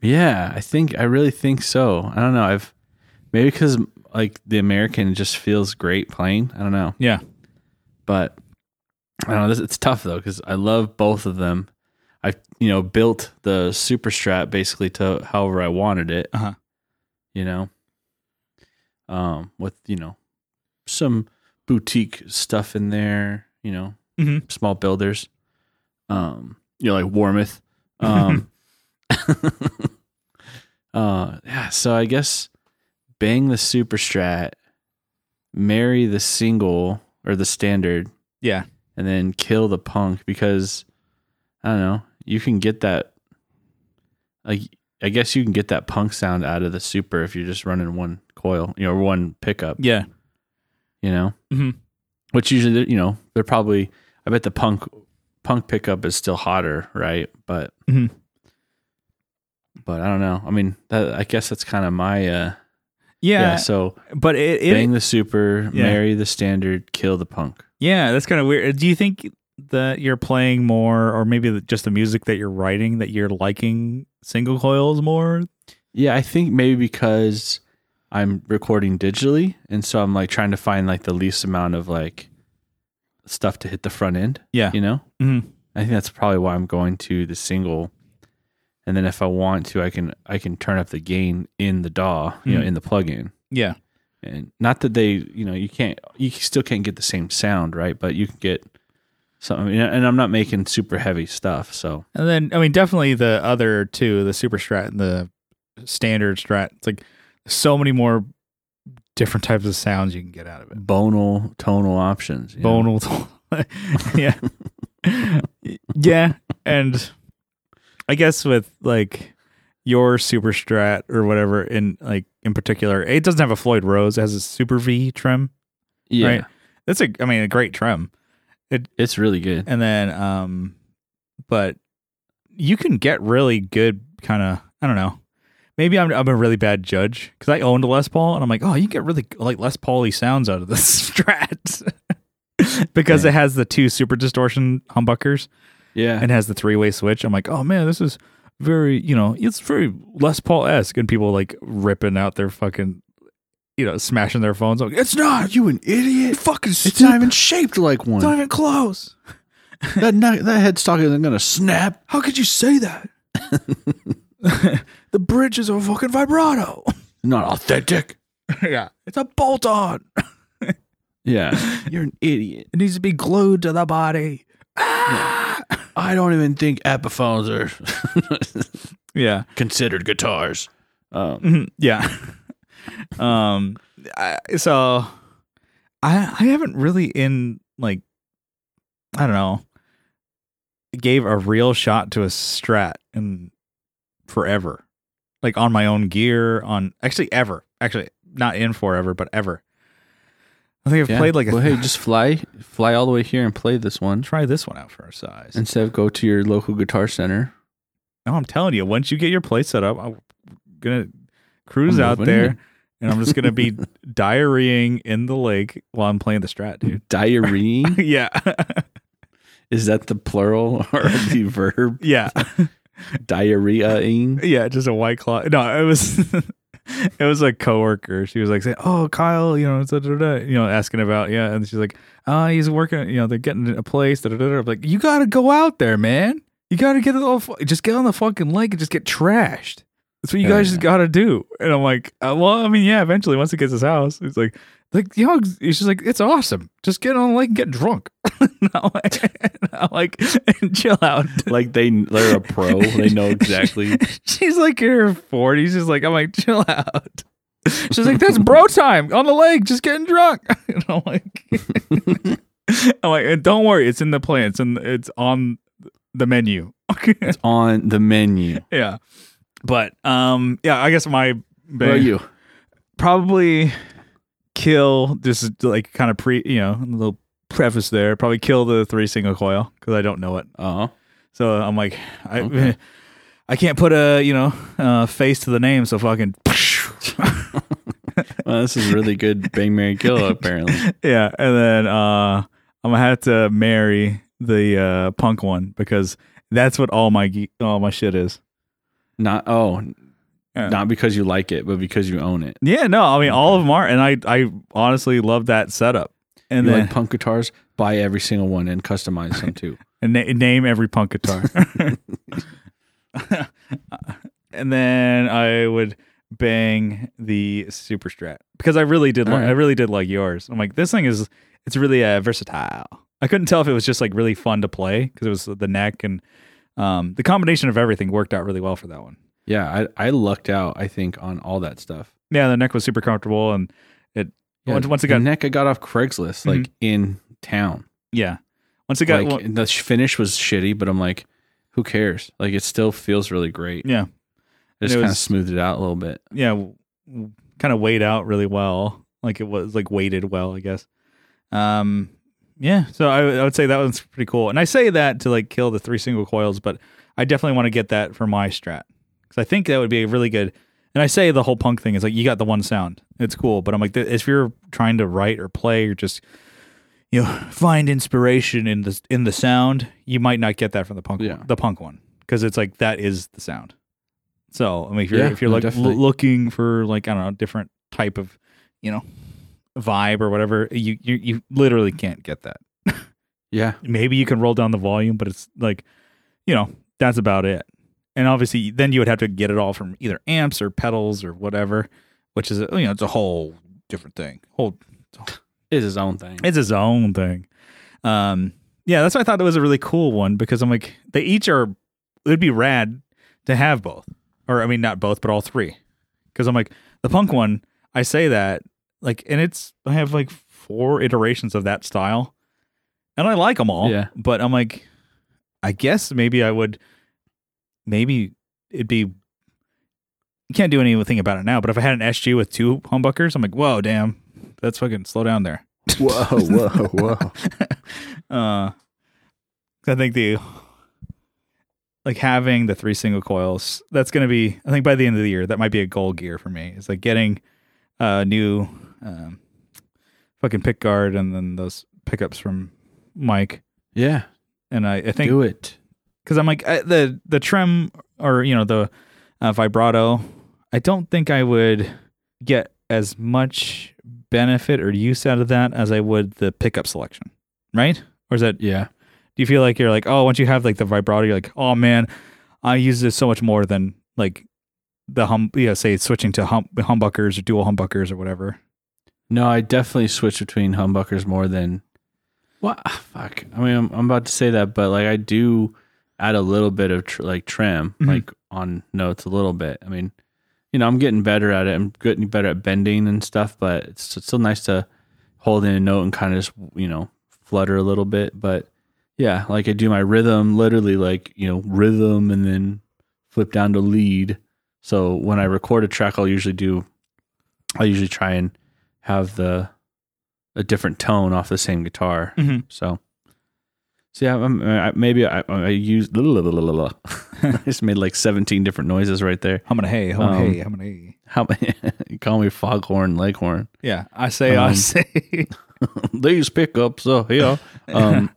Speaker 2: Yeah, I think I really think so. I don't know. I've maybe because like the American just feels great playing. I don't know.
Speaker 1: Yeah.
Speaker 2: but I don't know. This, it's tough though because I love both of them. I you know built the super strap basically to however I wanted it.
Speaker 1: Uh-huh.
Speaker 2: You know, um, with you know some boutique stuff in there. You know,
Speaker 1: Mhm.
Speaker 2: small builders. Um, you know, like Warmouth. Um, uh, yeah. So I guess bang the super strat, marry the single or the standard
Speaker 1: Yeah.
Speaker 2: and then kill the punk because I don't know. You can get that. Like I guess you can get that punk sound out of the super if you're just running one coil, you know, or one pickup,
Speaker 1: Yeah.
Speaker 2: you know.
Speaker 1: Mhm.
Speaker 2: Which usually, they're- you know, they're probably. I bet the punk punk pickup is still hotter, right? But
Speaker 1: Mhm.
Speaker 2: but I don't know. I mean, that I guess that's kind of my uh
Speaker 1: Yeah.
Speaker 2: yeah. so
Speaker 1: but it, it
Speaker 2: bang the super,
Speaker 1: Yeah.
Speaker 2: marry the standard, kill the punk.
Speaker 1: Yeah, that's kind of weird. Do you think that you're playing more, or maybe that just the music that you're writing that you're liking single coils more?
Speaker 2: Yeah, I think maybe because I'm recording digitally, and so I'm like trying to find like the least amount of like stuff to hit the front end.
Speaker 1: Yeah.
Speaker 2: you know,
Speaker 1: Mhm.
Speaker 2: I think that's probably why I'm going to the single, and then if I want to, I can I can turn up the gain in the DAW, you know,
Speaker 1: Mhm.
Speaker 2: in the plugin.
Speaker 1: Yeah,
Speaker 2: And not that they, you know, you can't, you still can't get the same sound, right? But you can get something. you know, And I'm not making super heavy stuff, so
Speaker 1: and then I mean, definitely the other two, the super strat and the standard strat. It's like so many more different types of sounds you can get out of it.
Speaker 2: bonal tonal options. you know?
Speaker 1: Bonal, yeah, yeah, and I guess with like your super strat or whatever in like in particular it doesn't have a floyd rose it has a super v trim
Speaker 2: yeah,
Speaker 1: right? That's a, I mean, a great trim.
Speaker 2: it's really good.
Speaker 1: And then, um, but you can get really good kind of, I don't know. Maybe I'm, I'm a really bad judge because I owned a Les Paul and I'm like, oh, you get really like Les Pauly sounds out of this strat because it has the two super distortion humbuckers
Speaker 2: Yeah.
Speaker 1: and has the three way switch. I'm like, oh man, this is very, you know, it's very Les Paul esque. And people like ripping out their fucking, you know, smashing their phones. I'm like, it's not. You
Speaker 2: you an idiot.
Speaker 1: fucking
Speaker 2: It's not even shaped like
Speaker 1: It's not
Speaker 2: one.
Speaker 1: even close.
Speaker 2: that neck, that headstock isn't gonna snap.
Speaker 1: How could you say that? the bridge is a fucking vibrato.
Speaker 2: Not authentic.
Speaker 1: yeah. It's a bolt on.
Speaker 2: Yeah. You're an idiot.
Speaker 1: It needs to be glued to the body.
Speaker 2: I don't even think Epiphones are
Speaker 1: Yeah.
Speaker 2: considered guitars. Um,
Speaker 1: Mhm. Yeah. um I, so I I haven't really in like I don't know gave a real shot to a strat in forever. Like on my own gear on actually ever. Actually not in forever but ever. I think I've
Speaker 2: yeah.
Speaker 1: played like a
Speaker 2: well, hey, just fly, fly all the way here and play this one
Speaker 1: try this one out for our size.
Speaker 2: instead of go to your local guitar center.
Speaker 1: No, I'm telling you, once you get your play set up, I'm gonna cruise
Speaker 2: I'm
Speaker 1: out
Speaker 2: moving
Speaker 1: there,
Speaker 2: in.
Speaker 1: and I'm just gonna be diarrheaing in the lake while I'm playing the strat, dude.
Speaker 2: Diarrhea
Speaker 1: yeah,
Speaker 2: is that the plural or the verb?
Speaker 1: yeah,
Speaker 2: Diarrheaing.
Speaker 1: yeah. Just a white claw. No, it was, it was a coworker. She was like saying, "Oh, Kyle, you know, da, da, da, you know, asking about yeah," and she's like, "Ah, he's working. You know, they're getting a place." Da, da, da, da. I'm like, "You gotta go out there, man. You gotta get it all. fu- Just get on the fucking lake and just get trashed." That's what you
Speaker 2: Hell
Speaker 1: guys
Speaker 2: yeah.
Speaker 1: just gotta do. And I'm like, uh, well, I mean, yeah, eventually once he gets his house, he's like, like, you know, he's just like, it's awesome. Just get on the lake and get drunk. and I'm like, and I'm like, chill out.
Speaker 2: Like they, they're a pro. They know exactly.
Speaker 1: She's like in her 40s. She's like, I'm like, chill out. She's like, that's bro time on the lake, just getting drunk. And I'm like, I'm like, "And don't worry, it's in the plan. It's, in, it's on the menu.
Speaker 2: It's on the menu.
Speaker 1: yeah. But um, yeah, I guess my
Speaker 2: Where are
Speaker 1: big-
Speaker 2: you?
Speaker 1: probably kill just like kind of pre you know a little preface there probably kill the three single coil because i don't know it
Speaker 2: Uh huh.
Speaker 1: so i'm like i
Speaker 2: Okay.
Speaker 1: i can't put a you know uh face to the name so fucking
Speaker 2: Well, this is really good Bang Mary Kill, apparently.
Speaker 1: yeah and then uh i'm gonna have to marry the uh punk one because that's what all my ge- all my shit is
Speaker 2: Not oh,
Speaker 1: Yeah.
Speaker 2: not because you like it, but because you own it.
Speaker 1: yeah no i mean all of them are and i i honestly love that setup and
Speaker 2: you
Speaker 1: then
Speaker 2: like punk guitars? Buy every single one and customize them too.
Speaker 1: and na- name every punk guitar. and then I would bang the Super Strat because I really did. Li-
Speaker 2: All right.
Speaker 1: I really did like yours. I'm like, this thing is it's really uh, versatile. I couldn't tell if it was just like really fun to play because it was the neck and um, the combination of everything worked out really well for that one.
Speaker 2: Yeah, I, I lucked out, I think, on all that stuff.
Speaker 1: Yeah, the neck was super comfortable and it once, once it
Speaker 2: the
Speaker 1: got
Speaker 2: neck I got Mm-hmm. off Craigslist, like in town.
Speaker 1: yeah once it got
Speaker 2: like
Speaker 1: well,
Speaker 2: the sh- finish was shitty, but I'm like, who cares? Like it still feels really great.
Speaker 1: yeah
Speaker 2: It just
Speaker 1: it
Speaker 2: kind of
Speaker 1: was-
Speaker 2: smoothed it out a little bit.
Speaker 1: yeah kind of weighed out really well like it was like weighted well i guess um yeah so I, I would say that one's pretty cool and i say that to like kill the three single coils but i definitely want to get that for my strat because i think that would be a really good and i say the whole punk thing is like you got the one sound it's cool but i'm like th- if you're trying to write or play or just you know find inspiration in the in the sound you might not get that from the punk
Speaker 2: Yeah.
Speaker 1: one, the punk one because it's like that is the sound so I mean, if you're
Speaker 2: Yeah,
Speaker 1: if you're
Speaker 2: no,
Speaker 1: like l-
Speaker 2: definitely.
Speaker 1: looking for like I don't know different type of you know vibe or whatever, you you you literally can't get that.
Speaker 2: Yeah.
Speaker 1: Maybe you can roll down the volume, but it's like you know that's about it. And obviously, then you would have to get it all from either amps or pedals or whatever, which is you know it's a whole different thing. Whole
Speaker 2: It's his own thing.
Speaker 1: it's his own thing. Um, yeah, that's why I thought it was a really cool one because I'm like, they each are. It'd be rad to have both, or I mean, not both, but all three. Because I'm like, the punk one, I say that like, and it's I have like four iterations of that style, and I like them all.
Speaker 2: Yeah.
Speaker 1: but I'm like, I guess maybe I would, maybe it'd be. You can't do anything about it now, but if I had an SG with two humbuckers, I'm like, whoa, damn, that's fucking slow down there.
Speaker 2: whoa, whoa, whoa.
Speaker 1: Uh, 'cause I think the like having the three single coils. That's gonna be. I think by the end of the year, that might be a goal gear for me. It's like getting a new um, fucking pick guard and then those pickups from Mike.
Speaker 2: Yeah.
Speaker 1: And I, I think
Speaker 2: do it.
Speaker 1: because I'm like I, the the trem or you know the uh, vibrato. I don't think I would get as much benefit or use out of that as I would the pickup selection, right? Or is that
Speaker 2: Yeah.
Speaker 1: do you feel like you're like, oh, once you have like the vibrato, you're like, oh man, I use this so much more than like the hum, yeah, say switching to hum humbuckers or dual humbuckers or whatever.
Speaker 2: No, I definitely switch between humbuckers more than. What ah, fuck? I mean, I'm, I'm about to say that, but like I do add a little bit of tr- like trim,
Speaker 1: Mhm.
Speaker 2: like on notes a little bit. I mean, you know, I'm getting better at it. I'm getting better at bending and stuff, but it's, it's still nice to hold in a note and kind of just you know flutter a little bit. But yeah, like I do my rhythm, literally like you know rhythm, and then flip down to lead. So when I record a track, I'll usually do, I usually try and have the a different tone off the same guitar.
Speaker 1: Mhm.
Speaker 2: So, so yeah, I'm, uh, I, maybe I, I use I just made like 17 different noises right there.
Speaker 1: Hum and a hey, hum and a
Speaker 2: Um,
Speaker 1: hey, hum and a hey.
Speaker 2: How many? you call me foghorn, leghorn.
Speaker 1: Yeah, I say, I
Speaker 2: um,
Speaker 1: say.
Speaker 2: These pickups, uh, yeah. Um,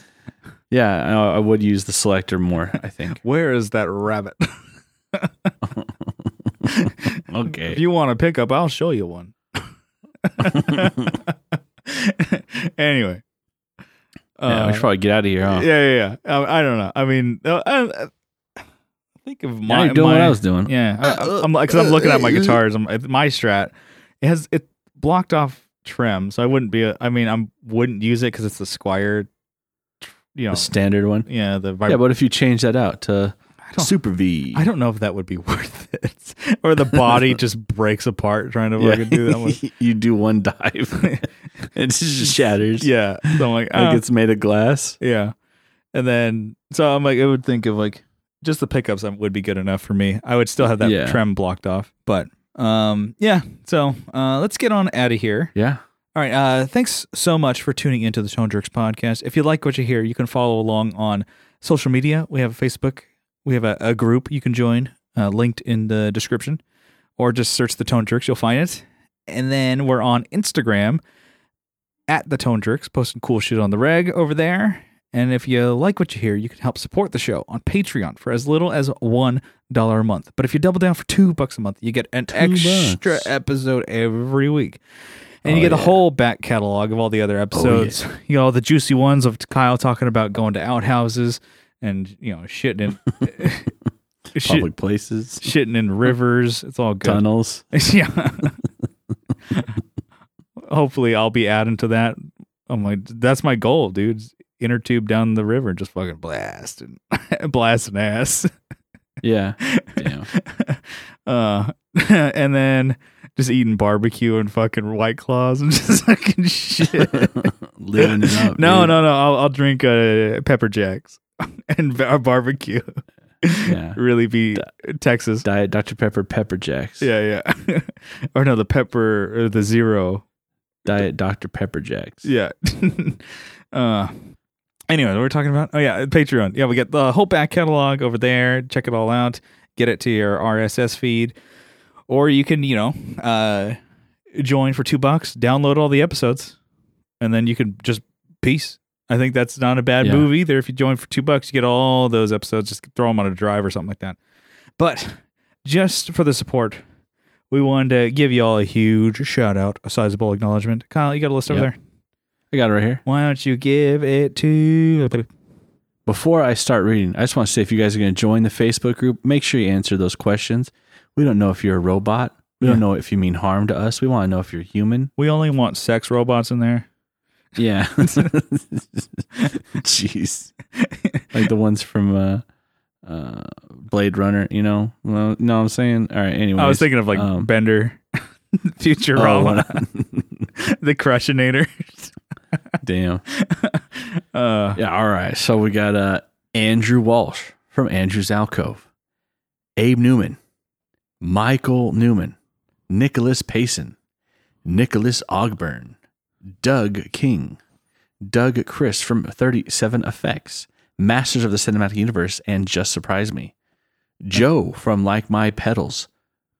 Speaker 2: yeah, I, I would use the selector more. I think.
Speaker 1: Where is that rabbit?
Speaker 2: Okay.
Speaker 1: If you want a pickup, I'll show you one. anyway.
Speaker 2: yeah, we should probably get out of here. Huh?
Speaker 1: uh, yeah, yeah, yeah. I, I don't know. I mean, uh, I, I think of
Speaker 2: Now
Speaker 1: my
Speaker 2: you're doing
Speaker 1: my,
Speaker 2: what I was doing.
Speaker 1: Yeah,
Speaker 2: Uh,
Speaker 1: I, I'm because I'm looking at my guitars. I'm, at my Strat it has it blocked off trim, so I wouldn't be. A, I mean, I wouldn't use it because it's the Squire. You know,
Speaker 2: The standard one.
Speaker 1: yeah, the vib-
Speaker 2: Yeah, but if you change that out to
Speaker 1: don't-
Speaker 2: Super V,
Speaker 1: I don't know if that would be worth it, or the body just breaks apart trying to
Speaker 2: Yeah.
Speaker 1: fucking do that. One.
Speaker 2: you do one dive, it just shatters.
Speaker 1: Yeah, so I'm like, ah.
Speaker 2: like it's made of glass.
Speaker 1: Yeah. And then so I'm like I would think of like just the pickups um, would be good enough for me. I would still have that
Speaker 2: Yeah.
Speaker 1: trem blocked off. But um yeah, so uh let's get on out of here.
Speaker 2: Yeah,
Speaker 1: All right. Uh, thanks so much for tuning into the Tone Jerks podcast. If you like what you hear, you can follow along on social media. We have a Facebook. We have a, a group you can join, uh, linked in the description, or just search the Tone Jerks. You'll find it. And then we're on Instagram at the Tone Jerks, posting cool shit on the reg over there. And if you like what you hear, you can help support the show on Patreon for as little as one dollar a month. But if you double down for two bucks a month, you get an
Speaker 2: bucks.
Speaker 1: extra episode every week. And you
Speaker 2: Oh,
Speaker 1: get the
Speaker 2: yeah.
Speaker 1: whole back catalog of all the other episodes. You know, all the juicy ones of Kyle talking about going to outhouses and, you know, shitting in shit,
Speaker 2: public places,
Speaker 1: shitting in rivers. It's all good.
Speaker 2: tunnels.
Speaker 1: yeah. Hopefully, I'll be adding to that. I'm like, that's my goal, dude. Inner tube down the river, just fucking blasting, blasting ass.
Speaker 2: Yeah. Damn.
Speaker 1: Uh, and then just eating barbecue and fucking white claws and just fucking shit.
Speaker 2: Living it up.
Speaker 1: no,
Speaker 2: dude.
Speaker 1: no, no. I'll, I'll drink uh, pepper jacks and ba- barbecue.
Speaker 2: Yeah.
Speaker 1: really be Texas.
Speaker 2: Diet Dr. Pepper Pepper Jacks.
Speaker 1: Yeah, yeah. or no, the pepper or the zero.
Speaker 2: Diet Dr. Pepper Jacks.
Speaker 1: Yeah. uh anyway, what we're talking about? Oh yeah, Patreon. Yeah, we got the whole back catalog over there. Check it all out. Get it to your RSS feed. Or you can, you know, uh join for two bucks, download all the episodes, and then you can just peace. I think that's not a bad
Speaker 2: Yeah.
Speaker 1: move either. If you join for two bucks, you get all those episodes. Just throw them on a drive or something like that. But just for the support, we wanted to give you all a huge shout out, a sizable acknowledgement. Kyle, you got a list over
Speaker 2: Yep.
Speaker 1: there.
Speaker 2: I got it right here.
Speaker 1: Why don't you give it to?
Speaker 2: Before I start reading, I just want to say if you guys are going to join the Facebook group, make sure you answer those questions. We don't know if you're a robot. We
Speaker 1: Yeah.
Speaker 2: don't know if you mean harm to us. We want to know if you're human.
Speaker 1: We only want sex robots in there.
Speaker 2: Yeah. Jeez. Like the ones from uh, uh, Blade Runner, you know? Well, no, I'm saying. All right. Anyway.
Speaker 1: I was thinking of like
Speaker 2: um, oh,
Speaker 1: Bender, Futurama, the Crushinator.
Speaker 2: damn.
Speaker 1: Uh,
Speaker 2: Yeah, all right. So we got uh, Andrew Walsh from Andrew's Alcove, Abe Newman, Michael Newman, Nicholas Payson, Nicholas Ogburn, Doug King, Doug Chris from 37 Effects, Masters of the Cinematic Universe, and Just Surprise Me, Joe from Like My Pedals,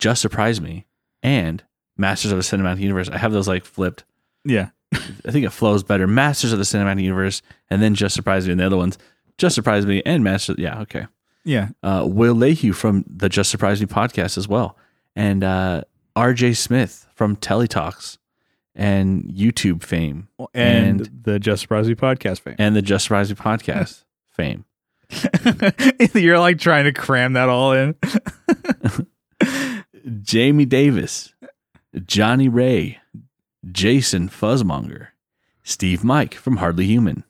Speaker 2: Just Surprise Me, and Masters of the Cinematic Universe. I have those like flipped.
Speaker 1: yeah,
Speaker 2: I think it flows better. Masters of the Cinematic Universe, and then Just Surprise Me, and the other ones, Just Surprise Me, and Master. Yeah, okay.
Speaker 1: yeah.
Speaker 2: Uh, Will Lehue from the Just Surprise Me podcast as well, and uh, R.J. Smith from Teletalks and YouTube fame,
Speaker 1: And,
Speaker 2: And-
Speaker 1: the Just Surprise Me podcast fan.
Speaker 2: and the Just Surprise Me podcast fame.
Speaker 1: You're like trying to cram that all in.
Speaker 2: Jamie Davis, Johnny Ray, Jason Fuzzmonger, Steve Mike from Hardly Human,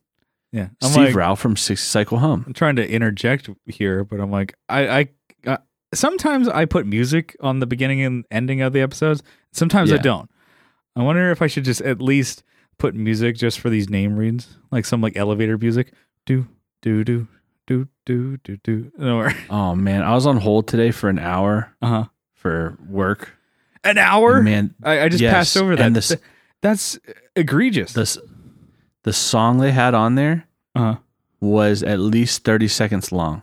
Speaker 1: Yeah, I'm
Speaker 2: Steve
Speaker 1: like
Speaker 2: Rao from Six Cycle Hum.
Speaker 1: I'm trying to interject here, but I'm like I I. Uh, Sometimes I put music on the beginning and ending of the episodes. Sometimes I
Speaker 2: Yeah.
Speaker 1: don't. I wonder if I should just at least put music just for these name reads, like some like elevator music. Do do do do do do do. Or
Speaker 2: Oh man, I was on hold today for an hour
Speaker 1: uh huh.
Speaker 2: for work.
Speaker 1: An hour.
Speaker 2: Man,
Speaker 1: I, I just
Speaker 2: yes,
Speaker 1: passed over that.
Speaker 2: and this-
Speaker 1: Th- That's egregious.
Speaker 2: this the song they had on there
Speaker 1: uh-huh.
Speaker 2: was at least 30 seconds long.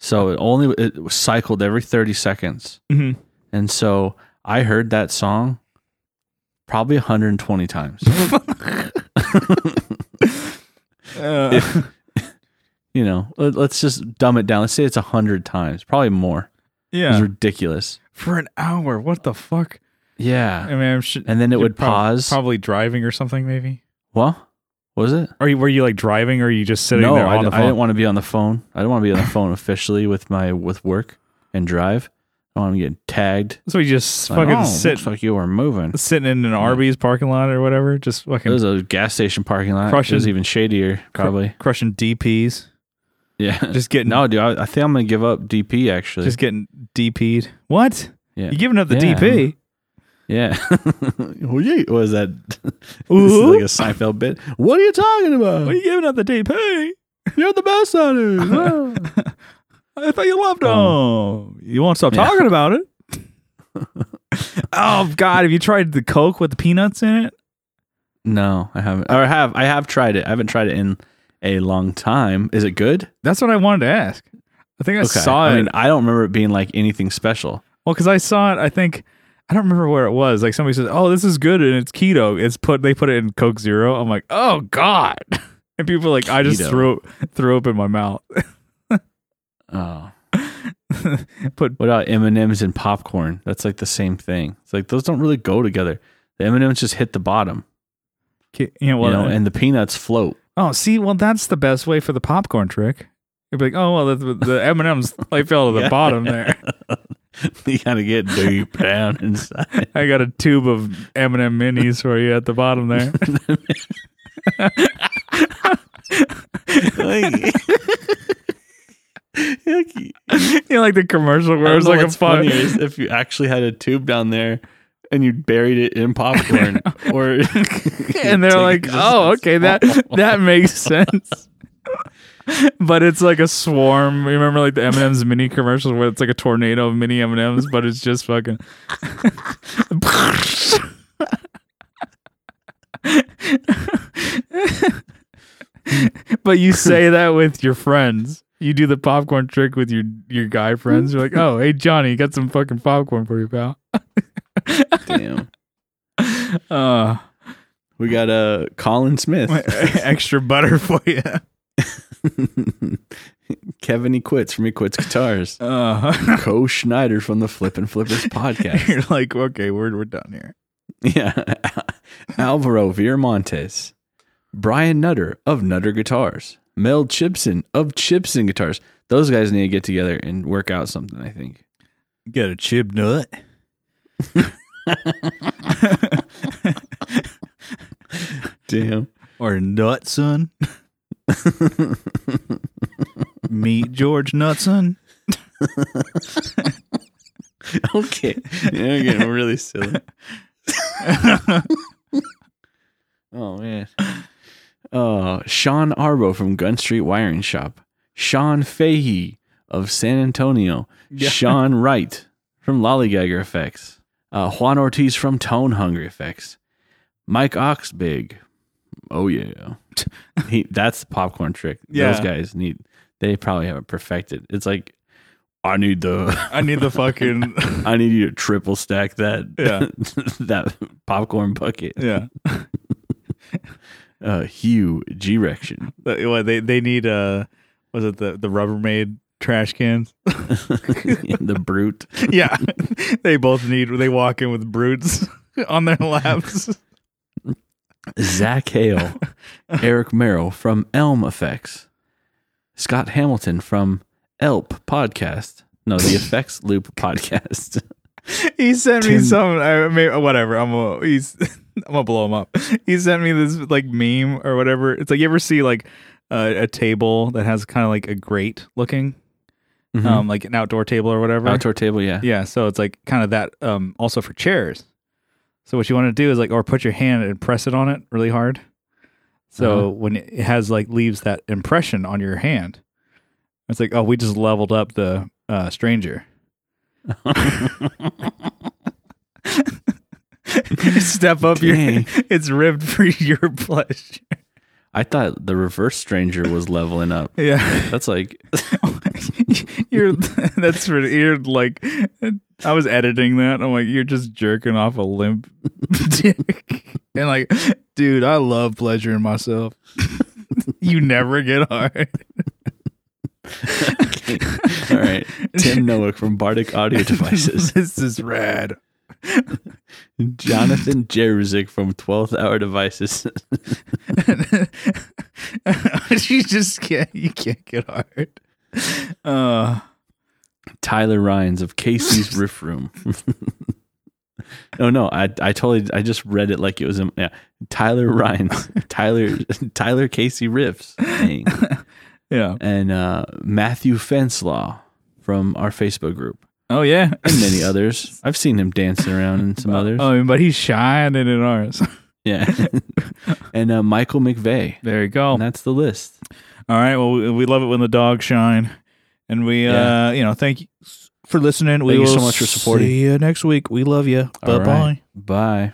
Speaker 2: So it only it was cycled every 30 seconds.
Speaker 1: Mhm.
Speaker 2: And so I heard that song probably 120 times.
Speaker 1: Uh,
Speaker 2: you know, let- let's just dumb it down. Let's say it's 100 times, probably more. It was
Speaker 1: yeah.
Speaker 2: ridiculous.
Speaker 1: For an hour. What the fuck? I
Speaker 2: Yeah.
Speaker 1: mean, I'm sh-
Speaker 2: And then it
Speaker 1: You're
Speaker 2: would
Speaker 1: prob-
Speaker 2: pause.
Speaker 1: Probably driving or something, maybe.
Speaker 2: what? Was it?
Speaker 1: Are you were you like driving or are you just sitting
Speaker 2: no,
Speaker 1: there
Speaker 2: I,
Speaker 1: on the
Speaker 2: didn't- I
Speaker 1: phone?
Speaker 2: didn't want to be on the phone. I didn't want to be on the phone officially with my with work and drive. I don't want to get tagged.
Speaker 1: so you just
Speaker 2: Like,
Speaker 1: fucking
Speaker 2: oh,
Speaker 1: sit
Speaker 2: Looks like you were moving.
Speaker 1: sitting in an Arby's parking lot or whatever, just
Speaker 2: It
Speaker 1: fucking
Speaker 2: was a gas station parking lot. It was
Speaker 1: Crushing-
Speaker 2: even shadier, probably.
Speaker 1: crushing DPs.
Speaker 2: yeah.
Speaker 1: Just getting
Speaker 2: no, dude. I, I think I'm gonna give up DP actually.
Speaker 1: just getting DP'd. What?
Speaker 2: yeah.
Speaker 1: You giving up the
Speaker 2: Yeah.
Speaker 1: DP?
Speaker 2: yeah. Well, yeah, what is that? this is
Speaker 1: Ooh.
Speaker 2: like a Seinfeld bit. What are you talking
Speaker 1: Why Uh-huh. are
Speaker 2: about?
Speaker 1: you giving up the DP?
Speaker 2: You're the best at it. Wow.
Speaker 1: I thought you loved him. you won't stop
Speaker 2: Yeah.
Speaker 1: talking about it. oh God! Have you tried the Coke with the peanuts in it?
Speaker 2: no, I haven't. Or I have I have tried it. I haven't tried it in a long time. Is it good?
Speaker 1: That's what I wanted to ask. I think I saw it.
Speaker 2: I mean, I don't remember it being like anything special.
Speaker 1: Well, because I saw it, I think I don't remember where it was. Like somebody says, "Oh, this is good, and it's keto." It's put they put it in Coke Zero. I'm like, "Oh God!" And people are like, "I just
Speaker 2: Keto.
Speaker 1: threw threw up in my mouth."
Speaker 2: Oh.
Speaker 1: Put
Speaker 2: What about M and M's and popcorn? That's like the same thing. It's like those don't really go together. The M and M's just hit the bottom,
Speaker 1: Ki- You know what?
Speaker 2: you know, and the peanuts float.
Speaker 1: oh, see, well, that's the best way for the popcorn trick. You'd be like, oh well, the, the M and M's they fell to the
Speaker 2: Yeah.
Speaker 1: bottom there.
Speaker 2: you gotta get deep down inside.
Speaker 1: I got a tube of M and M minis for you at the bottom there.
Speaker 2: Like- Yucky.
Speaker 1: you know, like the commercial
Speaker 2: I
Speaker 1: where
Speaker 2: don't
Speaker 1: it's
Speaker 2: know
Speaker 1: like a
Speaker 2: what's funnier
Speaker 1: fun.
Speaker 2: is if you actually had a tube down there and you buried it in popcorn, or
Speaker 1: and they're like, "Oh, okay, that that makes sense." but it's like a swarm. Remember, like the M and M's mini commercials where it's like a tornado of mini M and M's, but it's just fucking. but you say that with your friends. You do the popcorn trick with your your guy friends. You're like, "Oh, hey Johnny, got some fucking popcorn for you, pal."
Speaker 2: damn."
Speaker 1: Uh,
Speaker 2: We got a uh, Colin Smith,
Speaker 1: extra butter for you.
Speaker 2: Kevin. He quits from he quits guitars.
Speaker 1: Uh,
Speaker 2: Co Schneider from the Flip and Flippers podcast.
Speaker 1: You're like, okay, we're we're done here.
Speaker 2: Yeah, Alvaro Viramontes, Brian Nutter of Nutter Guitars, Mel Chipson of Chipson Guitars. Those guys need to get together and work out something. I think.
Speaker 1: Get a chib nut.
Speaker 2: Damn.
Speaker 1: Or Nutson. Meet George Nutson.
Speaker 2: okay. Yeah, we're getting really silly. oh man. Uh, Sean Arbo from Gun Street Wiring Shop. Sean Fahey of San Antonio.
Speaker 1: Yeah.
Speaker 2: Sean Wright from Lollygagger Effects. Uh, Juan Ortiz from Tone Hungry Effects. Mike Oxbig. Oh yeah. he, that's the popcorn trick.
Speaker 1: Yeah.
Speaker 2: Those guys need they probably have it perfected. It's like I need the
Speaker 1: I need the fucking
Speaker 2: I need you to triple stack that
Speaker 1: Yeah.
Speaker 2: that popcorn bucket.
Speaker 1: yeah.
Speaker 2: Uh, Hugh G-Rection.
Speaker 1: But, What they they need uh was it the the Rubbermaid trash cans?
Speaker 2: the brute.
Speaker 1: yeah, they both need. They walk in with brutes on their laps.
Speaker 2: Zach Hale. Eric Merrill from Elm Effects. Scott Hamilton from Elp Podcast. No, the Effects Loop Podcast.
Speaker 1: he sent me
Speaker 2: Tim-
Speaker 1: some I mean, whatever i'm a he's i'm gonna blow him up he sent me this like meme or whatever it's like you ever see like uh, a table that has kind of like a grate looking
Speaker 2: Mhm.
Speaker 1: um like an outdoor table or whatever
Speaker 2: Outdoor table, yeah.
Speaker 1: yeah so it's like kind of that um also for chairs so what you want to do is like or put your hand and press it on it really hard so
Speaker 2: Uh-huh.
Speaker 1: when it has like leaves that impression on your hand it's like oh we just leveled up the uh stranger step up your
Speaker 2: Dang.
Speaker 1: it's ribbed for your pleasure
Speaker 2: I thought the reverse stranger was leveling up.
Speaker 1: yeah
Speaker 2: That's like
Speaker 1: you're that's pretty you're like i was editing that i'm like you're just jerking off a limp dick and like dude i love pleasure in myself you never get hard
Speaker 2: all right. Tim Nowick from Bardic Audio Devices.
Speaker 1: this is rad
Speaker 2: Jonathan Jerzyk from 12th Hour Devices.
Speaker 1: you just can't you can't get hard uh
Speaker 2: Tyler Rhines of Casey's Riff Room. oh no, I I totally I just read it like it was in, yeah. Tyler Rhines, Tyler Tyler Casey Riffs, Dang.
Speaker 1: yeah
Speaker 2: and uh, Matthew Fenslaw from our Facebook group,
Speaker 1: oh yeah
Speaker 2: and many others. I've seen him dancing around in some others.
Speaker 1: oh but he's shining in ours
Speaker 2: Yeah, and uh, Michael McVeigh.
Speaker 1: there you go
Speaker 2: And that's the list.
Speaker 1: All right. Well, we, we love it when the dogs shine, and we, uh, you know, thank you s- for listening. we
Speaker 2: Thank you so
Speaker 1: will
Speaker 2: much for supporting.
Speaker 1: See you next week. We love you. Bye
Speaker 2: All
Speaker 1: bye.
Speaker 2: right. Bye.